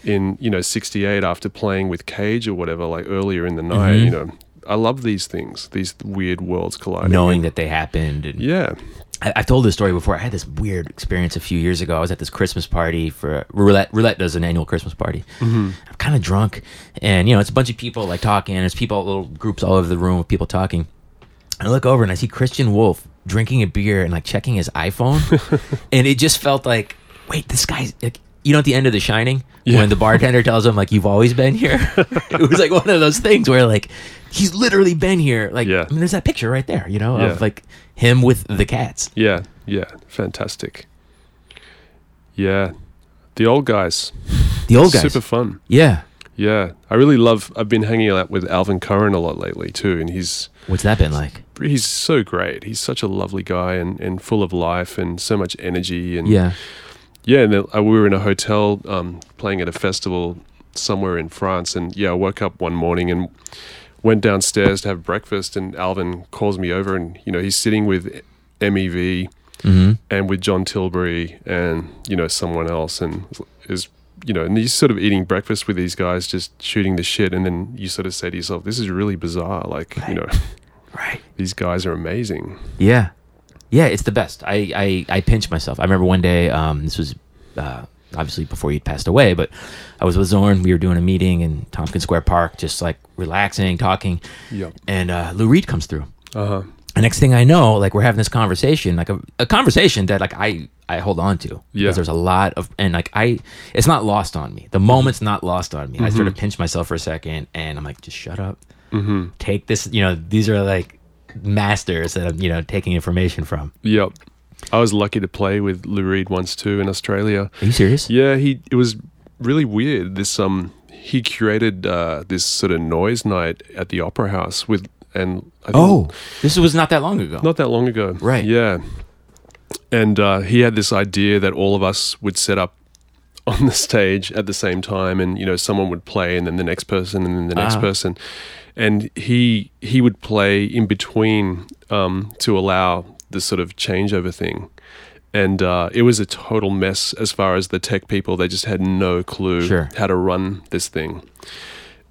[SPEAKER 2] in you know 68 after playing with cage or whatever like earlier in the night
[SPEAKER 1] Mm-hmm.
[SPEAKER 2] you know i love these things these weird worlds colliding
[SPEAKER 1] Knowing that they happened, and
[SPEAKER 2] yeah
[SPEAKER 1] I, I've told this story before. I had this weird experience a few years ago. I was at this Christmas party for Roulette. Roulette does an annual Christmas party. I'm kind of drunk, and you know, it's a bunch of people like talking. There's people, little groups all over the room of people talking. And I look over and I see Christian Wolf drinking a beer and like checking his iPhone, and it just felt like, wait, this guy's like, you know, at the end of The Shining, when the bartender tells him like, "You've always been here," it was like one of those things where like, he's literally been here. Like,
[SPEAKER 2] Yeah.
[SPEAKER 1] I mean, there's that picture right there, you know,
[SPEAKER 2] Yeah.
[SPEAKER 1] of like him with the cats.
[SPEAKER 2] yeah yeah fantastic yeah the old guys
[SPEAKER 1] The old guys.
[SPEAKER 2] super fun
[SPEAKER 1] yeah.
[SPEAKER 2] yeah i really love i've been hanging out with alvin curran a lot lately too and he's
[SPEAKER 1] What's that been like?
[SPEAKER 2] he's so great he's such a lovely guy and, and full of life and so much energy and
[SPEAKER 1] Yeah.
[SPEAKER 2] Yeah, and then uh, we were in a hotel um, playing at a festival somewhere in France, and yeah, I woke up one morning and went downstairs to have breakfast, and Alvin calls me over, and you know he's sitting with MEV and with John Tilbury and you know someone else, and is you know, and he's sort of eating breakfast with these guys, just shooting the shit, and then you sort of say to yourself, "This is really bizarre." Like you know,
[SPEAKER 1] Right.
[SPEAKER 2] these guys are amazing.
[SPEAKER 1] Yeah. Yeah, it's the best. I, I, I pinch myself. I remember one day, um, this was uh, obviously before you'd passed away, but I was with Zorn. We were doing a meeting in Tompkins Square Park, just like relaxing, talking.
[SPEAKER 2] Yep.
[SPEAKER 1] And uh, Lou Reed comes through.
[SPEAKER 2] Uh huh.
[SPEAKER 1] The next thing I know, like we're having this conversation, like a, a conversation that like I I hold on to because
[SPEAKER 2] Yeah.
[SPEAKER 1] there's a lot of and like I it's not lost on me. The
[SPEAKER 2] Mm-hmm.
[SPEAKER 1] moment's not lost on me. I sort of pinch myself for a second and I'm like, just shut up. Mm-hmm. Take this. You know, these are like masters that I'm you know taking information from.
[SPEAKER 2] Yep. I was lucky to play with Lou Reed once too in Australia.
[SPEAKER 1] Are you serious?
[SPEAKER 2] Yeah, he it was really weird. This um he curated uh, this sort of noise night at the Opera House with and I think
[SPEAKER 1] Oh, this was not that long ago.
[SPEAKER 2] not that long ago.
[SPEAKER 1] Right.
[SPEAKER 2] Yeah. And uh, he had this idea that all of us would set up on the stage at the same time and you know someone would play and then the next person and then the next
[SPEAKER 1] Ah.
[SPEAKER 2] person and he he would play in between um, to allow this sort of changeover thing and uh, it was a total mess as far as the tech people they just had no clue
[SPEAKER 1] Sure.
[SPEAKER 2] how to run this thing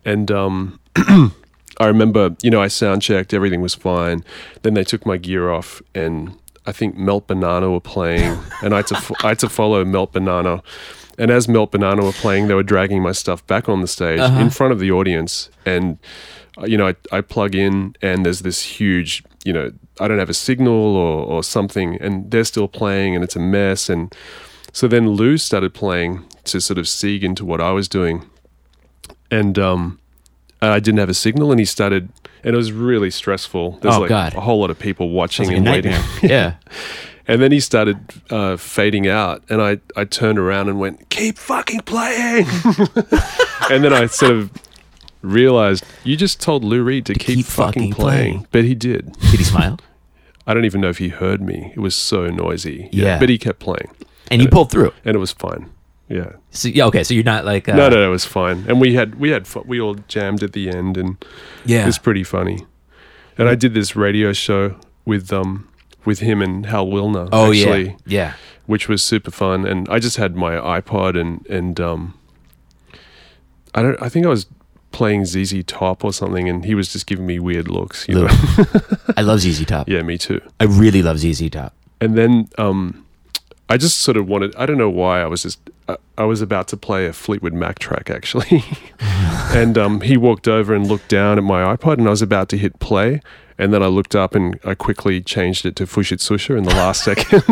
[SPEAKER 2] and um, I remember, you know, I sound checked, everything was fine. Then they took my gear off, and I think Melt Banana were playing, and I had to, fo- I had to follow Melt Banana. And as Melt Banana were playing, they were dragging my stuff back on the stage in front of the audience. And, uh, you know, I, I plug in and there's this huge, you know, I don't have a signal or, or something. And they're still playing and it's a mess. And so then Lou started playing to sort of seeg into what I was doing. And um, I didn't have a signal and he started, and it was really stressful. There's
[SPEAKER 1] Oh,
[SPEAKER 2] like
[SPEAKER 1] God.
[SPEAKER 2] a whole lot of people watching
[SPEAKER 4] like a
[SPEAKER 2] and waiting.
[SPEAKER 4] nightmare. yeah.
[SPEAKER 2] And then he started uh, fading out, and I, I turned around and went, "Keep fucking playing!" and then I sort of realized you just told Lou Reed to, keep,
[SPEAKER 4] keep
[SPEAKER 2] fucking,
[SPEAKER 4] fucking
[SPEAKER 2] playing.
[SPEAKER 4] playing.
[SPEAKER 2] but he did.
[SPEAKER 4] Did he smile?
[SPEAKER 2] I don't even know if he heard me. It was so noisy.
[SPEAKER 4] Yeah.
[SPEAKER 2] but he kept playing,
[SPEAKER 4] And
[SPEAKER 2] Uh,
[SPEAKER 4] you pulled through.
[SPEAKER 2] and it was fine. Yeah,
[SPEAKER 4] So yeah, okay. So you're not like uh,
[SPEAKER 2] no, no, no, it was fine. And we had we had fu- we all jammed at the end, and
[SPEAKER 4] Yeah.
[SPEAKER 2] it's pretty funny. And I did this radio show with um with him and Hal Wilner.
[SPEAKER 4] oh
[SPEAKER 2] actually.
[SPEAKER 4] yeah. Yeah.
[SPEAKER 2] which was super fun. And I just had my iPod and and um, I don't. I think I was playing ZZ Top or something, and he was just giving me weird looks. You
[SPEAKER 4] Lou.
[SPEAKER 2] know?
[SPEAKER 4] I love ZZ Top.
[SPEAKER 2] yeah, me too.
[SPEAKER 4] I really love ZZ Top.
[SPEAKER 2] And then um, I just sort of wanted. I don't know why. I was just. I, I was about to play a Fleetwood Mac track actually, and um, he walked over and looked down at my iPod, and I was about to hit play. And then I looked up and I quickly changed it to Fushitsusha in the last second.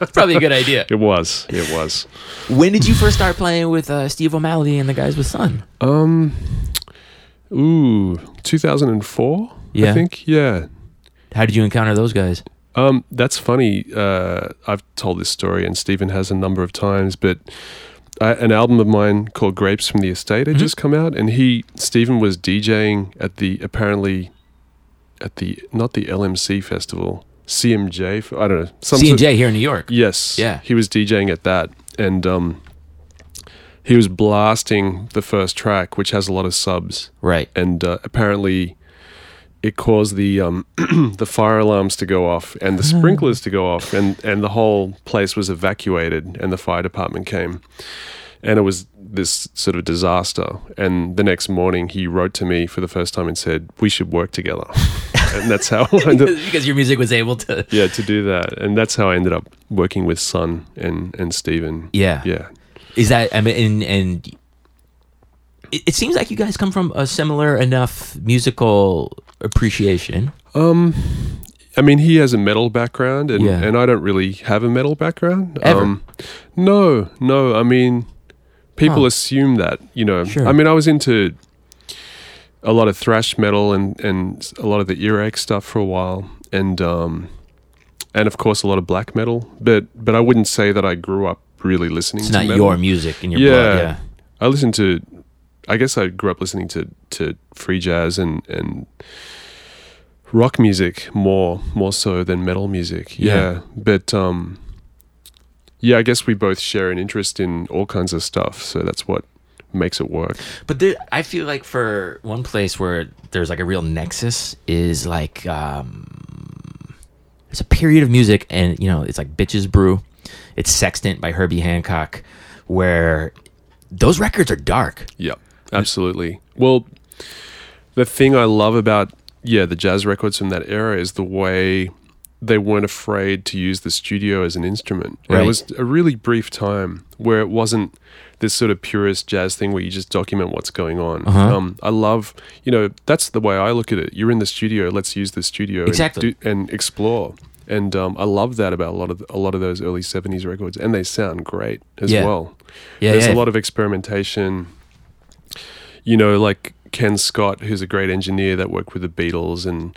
[SPEAKER 4] That's probably a good idea.
[SPEAKER 2] It was. It was.
[SPEAKER 4] When did you first start playing with uh, Steve O'Malley and the guys with Sun?
[SPEAKER 2] Um, ooh, 2004,
[SPEAKER 4] Yeah.
[SPEAKER 2] I think. Yeah.
[SPEAKER 4] How did you encounter those guys?
[SPEAKER 2] Um, that's funny. Uh, I've told this story, and Stephen has a number of times, but I, an album of mine called Grapes from the Estate
[SPEAKER 4] Mm-hmm.
[SPEAKER 2] had just come out, and he, Stephen, was DJing at the apparently at the not the LMC festival, CMJ. f- I don't know. Some
[SPEAKER 4] C
[SPEAKER 2] sort-
[SPEAKER 4] and J here in New York.
[SPEAKER 2] Yes.
[SPEAKER 4] Yeah.
[SPEAKER 2] He was DJing at that, and um, he was blasting the first track, which has a lot of subs.
[SPEAKER 4] Right.
[SPEAKER 2] and uh, apparently it caused the um, the fire alarms to go off and the sprinklers to go off and and the whole place was evacuated and the fire department came and it was this sort of disaster and the next morning he wrote to me for the first time and said we should work together and that's how I ended up,
[SPEAKER 4] because your music was able to.
[SPEAKER 2] yeah to do that and that's how I ended up working with Sun and and Steven
[SPEAKER 4] Yeah.
[SPEAKER 2] yeah
[SPEAKER 4] Is that I mean and, and it, it seems like you guys come from a similar enough musical appreciation.
[SPEAKER 2] Um, I mean, he has a metal background, and,
[SPEAKER 4] Yeah.
[SPEAKER 2] and I don't really have a metal background.
[SPEAKER 4] Ever?
[SPEAKER 2] Um, no, no. I mean, people
[SPEAKER 4] Huh.
[SPEAKER 2] assume that, you know.
[SPEAKER 4] Sure.
[SPEAKER 2] I mean, I was into a lot of thrash metal and, and a lot of the earache stuff for a while, and um, and of course a lot of black metal. But but I wouldn't say that I grew up really listening.
[SPEAKER 4] It's
[SPEAKER 2] to
[SPEAKER 4] not
[SPEAKER 2] metal.
[SPEAKER 4] your music and your blood. Yeah.
[SPEAKER 2] I listened to. I guess I grew up listening to to free jazz and and rock music more more so than metal music. Yeah,
[SPEAKER 4] Yeah.
[SPEAKER 2] but um, yeah, I guess we both share an interest in all kinds of stuff, so that's what makes it work.
[SPEAKER 4] But there, I feel like for one place where there's like a real nexus is like um, there's a period of music, and you know it's like Bitches Brew, it's Sextant by Herbie Hancock, where those records are dark.
[SPEAKER 2] Yeah, absolutely. Well, the thing I love about yeah the jazz records from that era is the way they weren't afraid to use the studio as an instrument. And
[SPEAKER 4] Right.
[SPEAKER 2] It was a really brief time where it wasn't this sort of purist jazz thing where you just document what's going on.
[SPEAKER 4] Uh-huh.
[SPEAKER 2] Um, I love, you know, that's the way I look at it. You're in the studio. Let's use the studio
[SPEAKER 4] Exactly.
[SPEAKER 2] and, do, and explore. And um, I love that about a lot of a lot of those early '70s records, and they sound great as
[SPEAKER 4] Yeah.
[SPEAKER 2] well
[SPEAKER 4] Yeah,
[SPEAKER 2] there's
[SPEAKER 4] yeah.
[SPEAKER 2] a lot of experimentation. You know, like Ken Scott, who's a great engineer that worked with the Beatles, and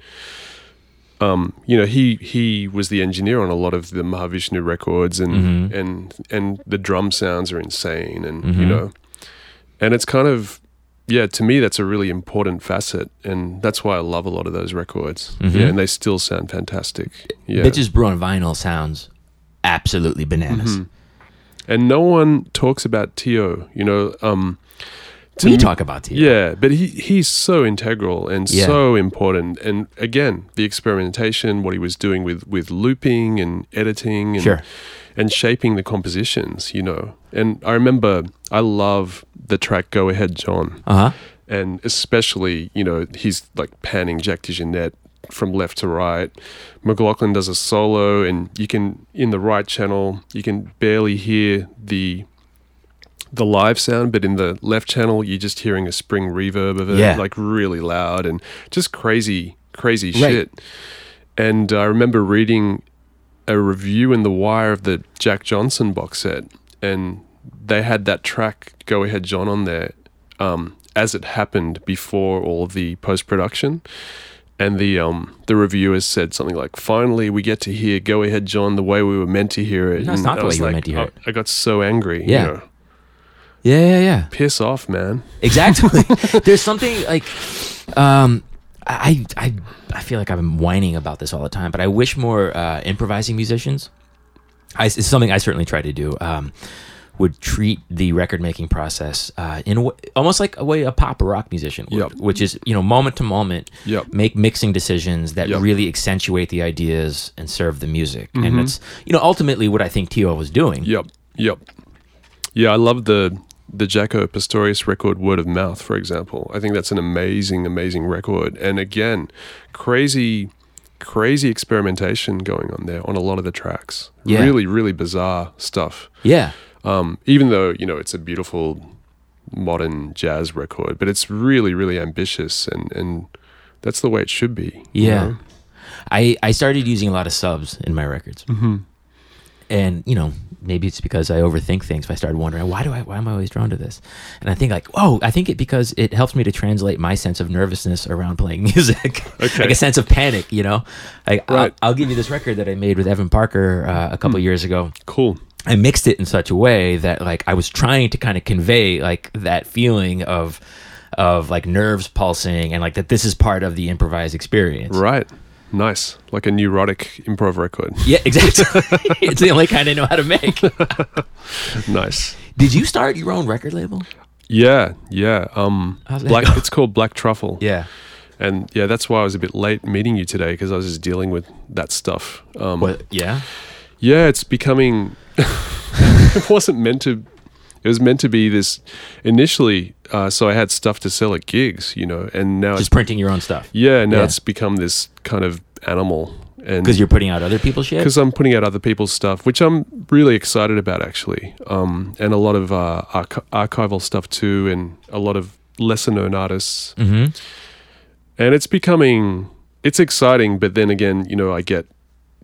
[SPEAKER 2] um, you know, he he was the engineer on a lot of the Mahavishnu records, and
[SPEAKER 4] Mm-hmm.
[SPEAKER 2] and and the drum sounds are insane, and you know, and it's kind of yeah, to me that's a really important facet, and that's why I love a lot of those records.
[SPEAKER 4] Mm-hmm.
[SPEAKER 2] Yeah, and they still sound fantastic. Yeah,
[SPEAKER 4] Bitches Brew on vinyl sounds absolutely bananas.
[SPEAKER 2] Mm-hmm. and no one talks about Tio. You know, um, to
[SPEAKER 4] We
[SPEAKER 2] me-
[SPEAKER 4] talk about tea.
[SPEAKER 2] Yeah, but he he's so integral and
[SPEAKER 4] Yeah.
[SPEAKER 2] so important. And again, the experimentation, what he was doing with with looping and editing and
[SPEAKER 4] Sure.
[SPEAKER 2] and shaping the compositions, you know. And I remember I love the track Go Ahead John.
[SPEAKER 4] Uh huh.
[SPEAKER 2] And especially, you know, he's like panning Jack DeJohnette from left to right. McLaughlin does a solo and you can in the right channel, you can barely hear the the live sound, but in the left channel, you're just hearing a spring reverb of it,
[SPEAKER 5] Yeah.
[SPEAKER 2] like really loud and just crazy, crazy shit. And I remember reading a review in The Wire of the Jack Johnson box set, and they had that track "Go Ahead John" on there um, as it happened before all of the post production. And the um, the reviewers said something like, "Finally, we get to hear Go Ahead John the way we were meant to hear it."
[SPEAKER 1] No, it's
[SPEAKER 2] And
[SPEAKER 1] not
[SPEAKER 2] I
[SPEAKER 1] the way
[SPEAKER 2] was
[SPEAKER 1] you were
[SPEAKER 2] like,
[SPEAKER 1] meant to hear
[SPEAKER 2] I,
[SPEAKER 1] it.
[SPEAKER 2] I got so angry. you
[SPEAKER 1] Yeah.
[SPEAKER 2] know.
[SPEAKER 1] Yeah, yeah, yeah.
[SPEAKER 2] Piss off, man.
[SPEAKER 1] Exactly. There's something like, um, I, I, I feel like I'm whining about this all the time, but I wish more uh, improvising musicians. I, it's something I certainly try to do. Um, would treat the record making process uh, in a w- almost like a way a pop or rock musician would,
[SPEAKER 2] Yep.
[SPEAKER 1] which is you know moment to moment.
[SPEAKER 2] Yep.
[SPEAKER 1] Make mixing decisions that
[SPEAKER 2] Yep. Mm-hmm.
[SPEAKER 1] really accentuate the ideas and serve the music, and that's you know ultimately what I think Tio was doing.
[SPEAKER 2] Yep. Yep. Yeah, I love the the Jaco Pastorius record "Word of Mouth," for example. I think that's an amazing, amazing record. And again, crazy, crazy experimentation going on there on a lot of the tracks.
[SPEAKER 1] Yeah.
[SPEAKER 2] Really, really bizarre stuff.
[SPEAKER 1] Yeah.
[SPEAKER 2] Um, even though you know it's a beautiful modern jazz record, but it's really, really ambitious, and and that's the way it should be. you
[SPEAKER 1] Yeah.
[SPEAKER 2] know?
[SPEAKER 1] I, I started using a lot of subs in my records. Mm-hmm. And, you know, maybe it's because I overthink things. But I started wondering, why do I, why am I always drawn to this? And I think like, oh, I think it because it helps me to translate my sense of nervousness around playing music, like a sense of panic, you know, like
[SPEAKER 2] Right.
[SPEAKER 1] I'll, I'll give you this record that I made with Evan Parker uh, a couple years ago.
[SPEAKER 2] Cool.
[SPEAKER 1] I mixed it in such a way that like I was trying to kind of convey like that feeling of, of like nerves pulsing and like that this is part of the improvised experience.
[SPEAKER 2] Right. Nice. Like a neurotic improv record.
[SPEAKER 1] Yeah, exactly. it's the only kind I know how to make.
[SPEAKER 2] nice.
[SPEAKER 1] Did you start your own record label?
[SPEAKER 2] Yeah, yeah. Um,
[SPEAKER 1] How's that
[SPEAKER 2] black.
[SPEAKER 1] go?
[SPEAKER 2] It's called Black Truffle.
[SPEAKER 1] Oh, Yeah.
[SPEAKER 2] and yeah, that's why I was a bit late meeting you today because I was just dealing with that stuff. Um,
[SPEAKER 1] What? Yeah.
[SPEAKER 2] yeah, it's becoming. it wasn't meant to. It was meant to be this initially. Uh, so I had stuff to sell at gigs, you know, and now
[SPEAKER 1] Just
[SPEAKER 2] it's
[SPEAKER 1] printing your own stuff
[SPEAKER 2] yeah. Now
[SPEAKER 1] yeah.
[SPEAKER 2] it's become this kind of animal, and
[SPEAKER 1] because you're putting out other people's shit.
[SPEAKER 2] because I'm putting out other people's stuff, which I'm really excited about actually, um, and a lot of uh, arch- archival stuff too, and a lot of lesser known artists
[SPEAKER 1] Mm-hmm.
[SPEAKER 2] and it's becoming it's exciting but then again you know i get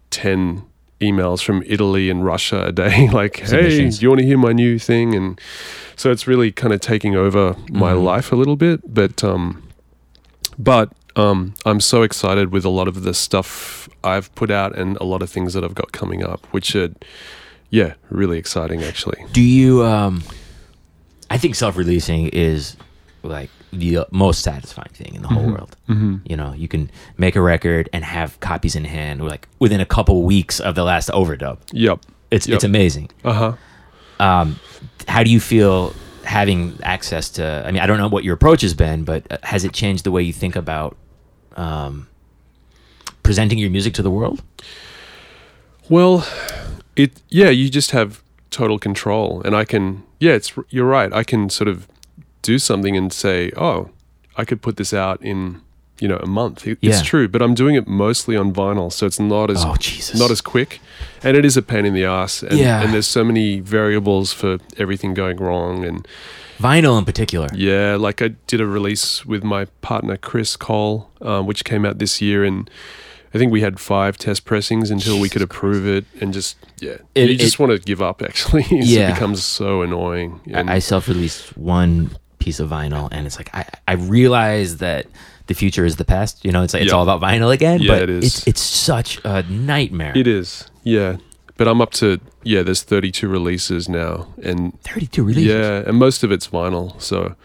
[SPEAKER 2] 10 emails from italy and russia a day like hey
[SPEAKER 1] Submissions.
[SPEAKER 2] do you want to hear my new thing and so it's really kind of taking over my
[SPEAKER 1] Mhm.
[SPEAKER 2] life a little bit but um but um i'm so excited with a lot of the stuff i've put out and a lot of things that i've got coming up which are yeah really exciting actually
[SPEAKER 1] Do you? Um, I think self-releasing is like the most satisfying thing in the whole world.
[SPEAKER 2] mm-hmm.
[SPEAKER 1] You know, you can make a record and have copies in hand like within a couple weeks of the last overdub.
[SPEAKER 2] yep
[SPEAKER 1] It's
[SPEAKER 2] Yep.
[SPEAKER 1] it's amazing.
[SPEAKER 2] uh-huh
[SPEAKER 1] um, how do you feel having access to i mean i don't know what your approach has been but uh, has it changed the way you think about um, presenting your music to the world
[SPEAKER 2] Well, it yeah, you just have total control, and I can yeah, it's you're right. I can sort of do something and say, oh, I could put this out in you know a month. It-
[SPEAKER 1] Yeah.
[SPEAKER 2] It's true, but I'm doing it mostly on vinyl, so it's not as
[SPEAKER 1] oh jesus
[SPEAKER 2] not as quick, and it is a pain in the ass. And,
[SPEAKER 1] Yeah.
[SPEAKER 2] and there's so many variables for everything going wrong, and
[SPEAKER 1] vinyl in particular
[SPEAKER 2] yeah, like I did a release with my partner Chris Cole, um, which came out this year, and I think we had five test pressings until we could approve it, and just yeah,
[SPEAKER 1] It-
[SPEAKER 2] you just
[SPEAKER 1] it-
[SPEAKER 2] want to give up. Actually, It's-
[SPEAKER 1] Yeah.
[SPEAKER 2] it becomes so annoying. And
[SPEAKER 1] I, I self-released one piece of vinyl and it's like i i realize that the future is the past you know it's like it's
[SPEAKER 2] Yeah.
[SPEAKER 1] all about vinyl again
[SPEAKER 2] Yeah,
[SPEAKER 1] but
[SPEAKER 2] it is.
[SPEAKER 1] it's it's such a nightmare
[SPEAKER 2] it is, yeah. But I'm up to yeah. There's 32 releases now, and
[SPEAKER 1] 32 releases
[SPEAKER 2] yeah, and most of it's vinyl, so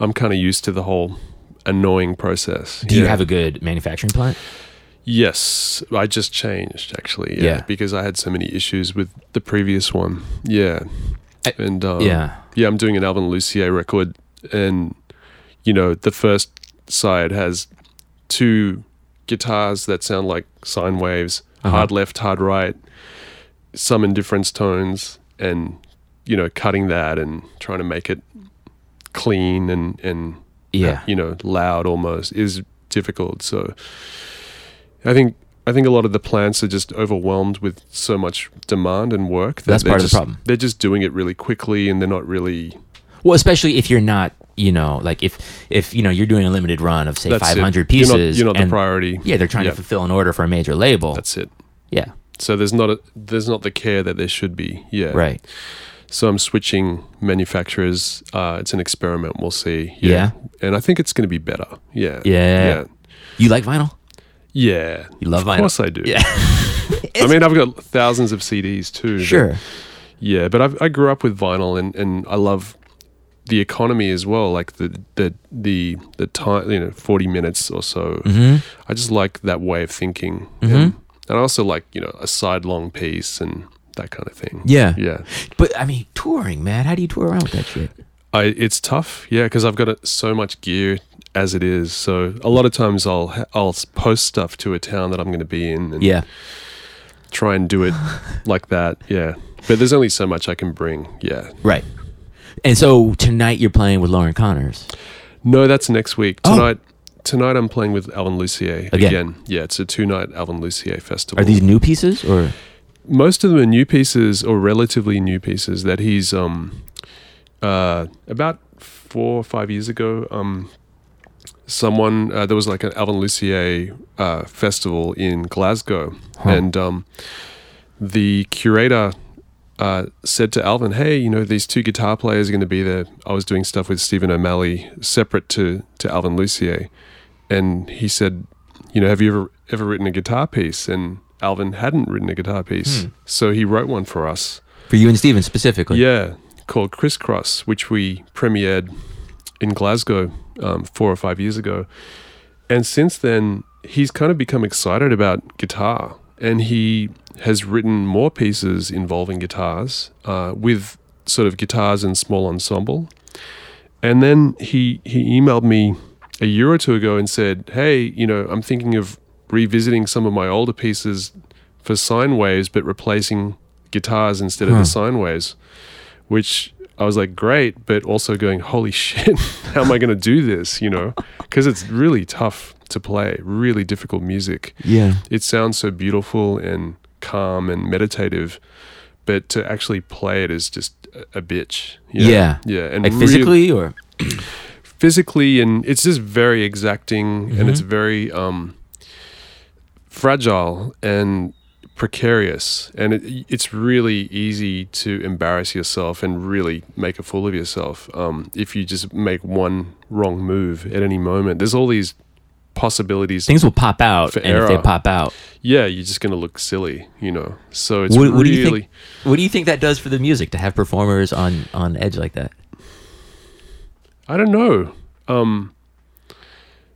[SPEAKER 2] I'm kind of used to the whole annoying process.
[SPEAKER 1] do you
[SPEAKER 2] Yeah.
[SPEAKER 1] have a good manufacturing plant
[SPEAKER 2] Yes, I just changed actually. Yeah,
[SPEAKER 1] Yeah.
[SPEAKER 2] because I had so many issues with the previous one. Yeah,
[SPEAKER 1] I-
[SPEAKER 2] and um,
[SPEAKER 1] Eh, yeah
[SPEAKER 2] yeah, I'm doing an Alvin Lucier record, and you know the first side has two guitars that sound like sine waves,
[SPEAKER 1] Uh-huh.
[SPEAKER 2] hard left, hard right, some in different tones, and you know cutting that and trying to make it clean and and
[SPEAKER 1] yeah
[SPEAKER 2] you know, loud almost is difficult. So I think I think a lot of the plants are just overwhelmed with so much demand and work. That
[SPEAKER 1] That's
[SPEAKER 2] they're
[SPEAKER 1] part of the
[SPEAKER 2] just-
[SPEAKER 1] problem.
[SPEAKER 2] They're just doing it really quickly, and they're not really.
[SPEAKER 1] Well, especially if you're not, you know, like if if you know you're doing a limited run of say
[SPEAKER 2] That's it.
[SPEAKER 1] 500
[SPEAKER 2] You're
[SPEAKER 1] pieces,
[SPEAKER 2] not- You're not,
[SPEAKER 1] and-
[SPEAKER 2] the priority.
[SPEAKER 1] Yeah, they're trying
[SPEAKER 2] Yeah.
[SPEAKER 1] to fulfill an order for a major label.
[SPEAKER 2] That's it.
[SPEAKER 1] yeah,
[SPEAKER 2] So there's not a, there's not the care that there should be. Yeah.
[SPEAKER 1] right.
[SPEAKER 2] So I'm switching manufacturers. Uh, it's an experiment. We'll see.
[SPEAKER 1] Yeah.
[SPEAKER 2] And I think it's going to be better. Yeah.
[SPEAKER 1] Yeah.
[SPEAKER 2] Yeah.
[SPEAKER 1] You like vinyl?
[SPEAKER 2] Yeah.
[SPEAKER 1] You love
[SPEAKER 2] Of
[SPEAKER 1] vinyl?
[SPEAKER 2] course I do.
[SPEAKER 1] Yeah.
[SPEAKER 2] I mean, I've got thousands of CDs too. that-
[SPEAKER 1] Sure.
[SPEAKER 2] Yeah, but I've, I grew up with vinyl, and, and I love the economy as well. Like the the the the time, you know, forty minutes or so. I just like that way of thinking, and, and I also like you know a side long piece and that kind of thing.
[SPEAKER 1] Yeah.
[SPEAKER 2] yeah.
[SPEAKER 1] But I mean, touring, man. How do you tour around with that shit?
[SPEAKER 2] I it's tough, yeah, because I've got uh, so much gear as it is. So a lot of times I'll ha- I'll s- post stuff to a town that I'm going to be in, and
[SPEAKER 1] Yeah.
[SPEAKER 2] try and do it like that. Yeah, but there's only so much I can bring. Yeah.
[SPEAKER 1] Right. And so tonight you're playing with Lauren Connors.
[SPEAKER 2] No, that's next week.
[SPEAKER 1] Oh.
[SPEAKER 2] Tonight tonight I'm playing with Alvin Lucier
[SPEAKER 1] Again.
[SPEAKER 2] again. Yeah, it's a two night Alvin Lucier festival.
[SPEAKER 1] Are these new pieces or?
[SPEAKER 2] Most of them are new pieces or relatively new pieces that he's um uh about four or five years ago, um someone uh, there was like an Alvin Lucier uh, festival in Glasgow
[SPEAKER 1] Huh.
[SPEAKER 2] and um the curator uh, said to Alvin, "Hey, you know these two guitar players are going to be there. I was doing stuff with Stephen O'Malley, separate to to Alvin Lucier." And he said, "You know, have you ever ever written a guitar piece?" And Alvin hadn't written a guitar piece, so he wrote one for us.
[SPEAKER 1] For you and Steven specifically.
[SPEAKER 2] Yeah, called Crisscross, which we premiered in Glasgow um, four or five years ago. And since then, he's kind of become excited about guitar, and he has written more pieces involving guitars uh, with sort of guitars and small ensemble. And then he he emailed me a year or two ago and said, "Hey, you know, I'm thinking of revisiting some of my older pieces for sine waves, but replacing guitars instead of the sine waves." Which I was like, "Great," but also going, "Holy shit, how am I going to do this?" You know, because it's really tough to play, really difficult music
[SPEAKER 1] Yeah.
[SPEAKER 2] it sounds so beautiful and calm and meditative, but to actually play it is just a- a bitch.
[SPEAKER 1] Yeah.
[SPEAKER 2] Yeah. And
[SPEAKER 1] Like
[SPEAKER 2] really-
[SPEAKER 1] physically or?
[SPEAKER 2] physically, and it's just very exacting and
[SPEAKER 1] Mm-hmm.
[SPEAKER 2] it's very um, fragile and precarious. And it, it's really easy to embarrass yourself and really make a fool of yourself um, if you just make one wrong move at any moment. There's all these possibilities.
[SPEAKER 1] Things will pop out,
[SPEAKER 2] For
[SPEAKER 1] and if they
[SPEAKER 2] error.
[SPEAKER 1] pop out,
[SPEAKER 2] yeah, you're just going to look silly, you know? So it's
[SPEAKER 1] what,
[SPEAKER 2] really.
[SPEAKER 1] what do you think? What do you think that does for the music to have performers on on edge like that?
[SPEAKER 2] I don't know. Um,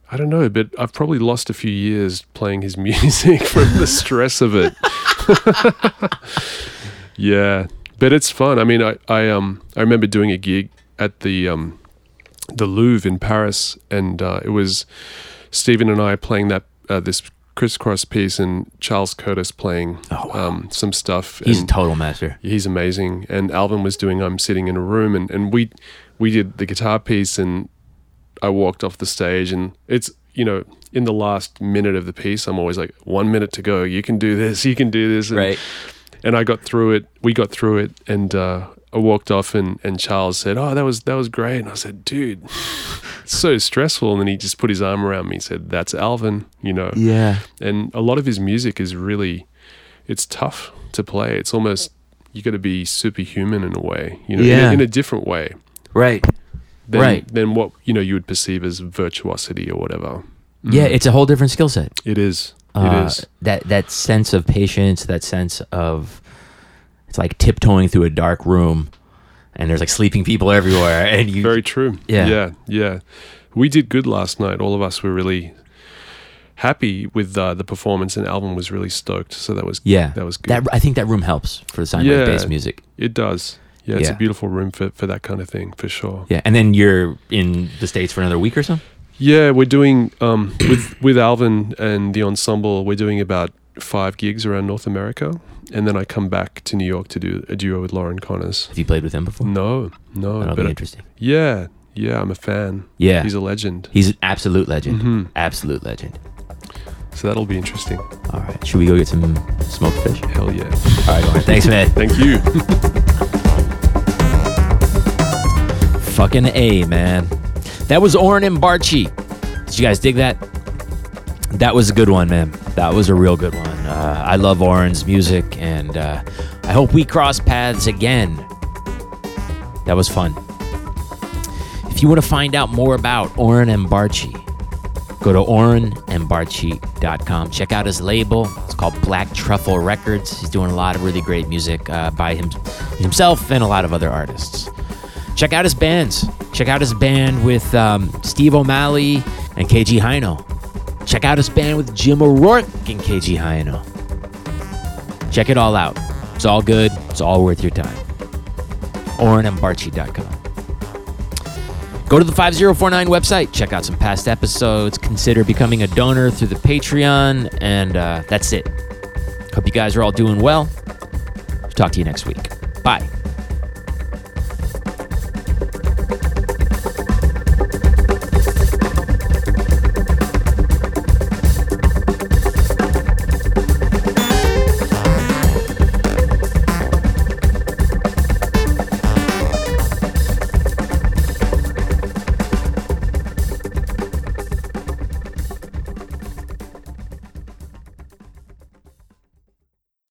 [SPEAKER 2] I don't know, but I've probably lost a few years playing his music from the stress of it. yeah, but it's fun. I mean, I, I um I remember doing a gig at the um the Louvre in Paris, and uh, it was Stephen and I playing that uh, this crisscross piece, and Charles Curtis playing
[SPEAKER 1] Oh, wow.
[SPEAKER 2] um, some stuff.
[SPEAKER 1] He's a
[SPEAKER 2] and-
[SPEAKER 1] total master.
[SPEAKER 2] he's amazing. And Alvin was doing I'm sitting in a room, and, and we we did the guitar piece, and I walked off the stage, and it's you know in the last minute of the piece, I'm always like one minute to go, you can do this, you can do this, and,
[SPEAKER 1] Right.
[SPEAKER 2] And I got through it. We got through it, and uh, I walked off, and and Charles said, oh that was that was great, and I said, dude. it's So stressful, and then he just put his arm around me and said, "That's Alvin," you know
[SPEAKER 1] Yeah.
[SPEAKER 2] and a lot of his music is really it's tough to play it's almost you got to be superhuman in a way you know in,
[SPEAKER 1] Yeah.
[SPEAKER 2] a, in a different way
[SPEAKER 1] Right.
[SPEAKER 2] than,
[SPEAKER 1] Right.
[SPEAKER 2] than what you know you would perceive as virtuosity or whatever
[SPEAKER 1] Yeah, it's a whole different skill set.
[SPEAKER 2] it is
[SPEAKER 1] Uh,
[SPEAKER 2] Mm. it is
[SPEAKER 1] That that sense of patience, that sense of it's like tiptoeing through a dark room, and there's like sleeping people everywhere, and you
[SPEAKER 2] very true
[SPEAKER 1] Yeah.
[SPEAKER 2] yeah yeah we did good last night all of us were really happy with uh, the performance and album was really stoked so that was
[SPEAKER 1] yeah,
[SPEAKER 2] that was good
[SPEAKER 1] That I think that room helps for the sine
[SPEAKER 2] Yeah.
[SPEAKER 1] wave based music.
[SPEAKER 2] it does yeah, it's
[SPEAKER 1] Yeah.
[SPEAKER 2] a beautiful room for, for that kind of thing for sure
[SPEAKER 1] Yeah, and then you're in the states for another week or so.
[SPEAKER 2] Yeah, we're doing um, with with Alvin and the ensemble. We're doing about five gigs around North America, and then I come back to New York to do a duo with Lauren Connors.
[SPEAKER 1] Have you played with him before?
[SPEAKER 2] No, no,
[SPEAKER 1] That'll be
[SPEAKER 2] but
[SPEAKER 1] interesting.
[SPEAKER 2] yeah, yeah, I'm a fan.
[SPEAKER 1] Yeah,
[SPEAKER 2] He's
[SPEAKER 1] he's,
[SPEAKER 2] a legend.
[SPEAKER 1] an absolute legend.
[SPEAKER 2] Mhm.
[SPEAKER 1] Absolute legend.
[SPEAKER 2] So that'll be interesting.
[SPEAKER 4] All right. Should we go get some smoked fish?
[SPEAKER 2] Hell yeah.
[SPEAKER 4] All right. Lauren, Thanks, man.
[SPEAKER 2] Thank you.
[SPEAKER 1] Fucking A, man. That was Oren and Barchi. Did you guys dig that? That was a good one, man. That was a real good one. Uh, I love Oren's music, and uh, I hope we cross paths again. That was fun. If you want to find out more about Oren and Barchi, go to orenandbarchi.com. Check out his label. It's called Black Truffle Records. He's doing a lot of really great music uh, by him, himself and a lot of other artists check out his bands. Check out his band with um, Steve O'Malley and KG Hino. Check out his band with Jim O'Rourke and KG Hino. Check it all out. It's all good. It's all worth your time. OrinandBarchi.com. Go to the 5049 website. Check out some past episodes. Consider becoming a donor through the Patreon. And uh, that's it. Hope you guys are all doing well. Talk to you next week. Bye.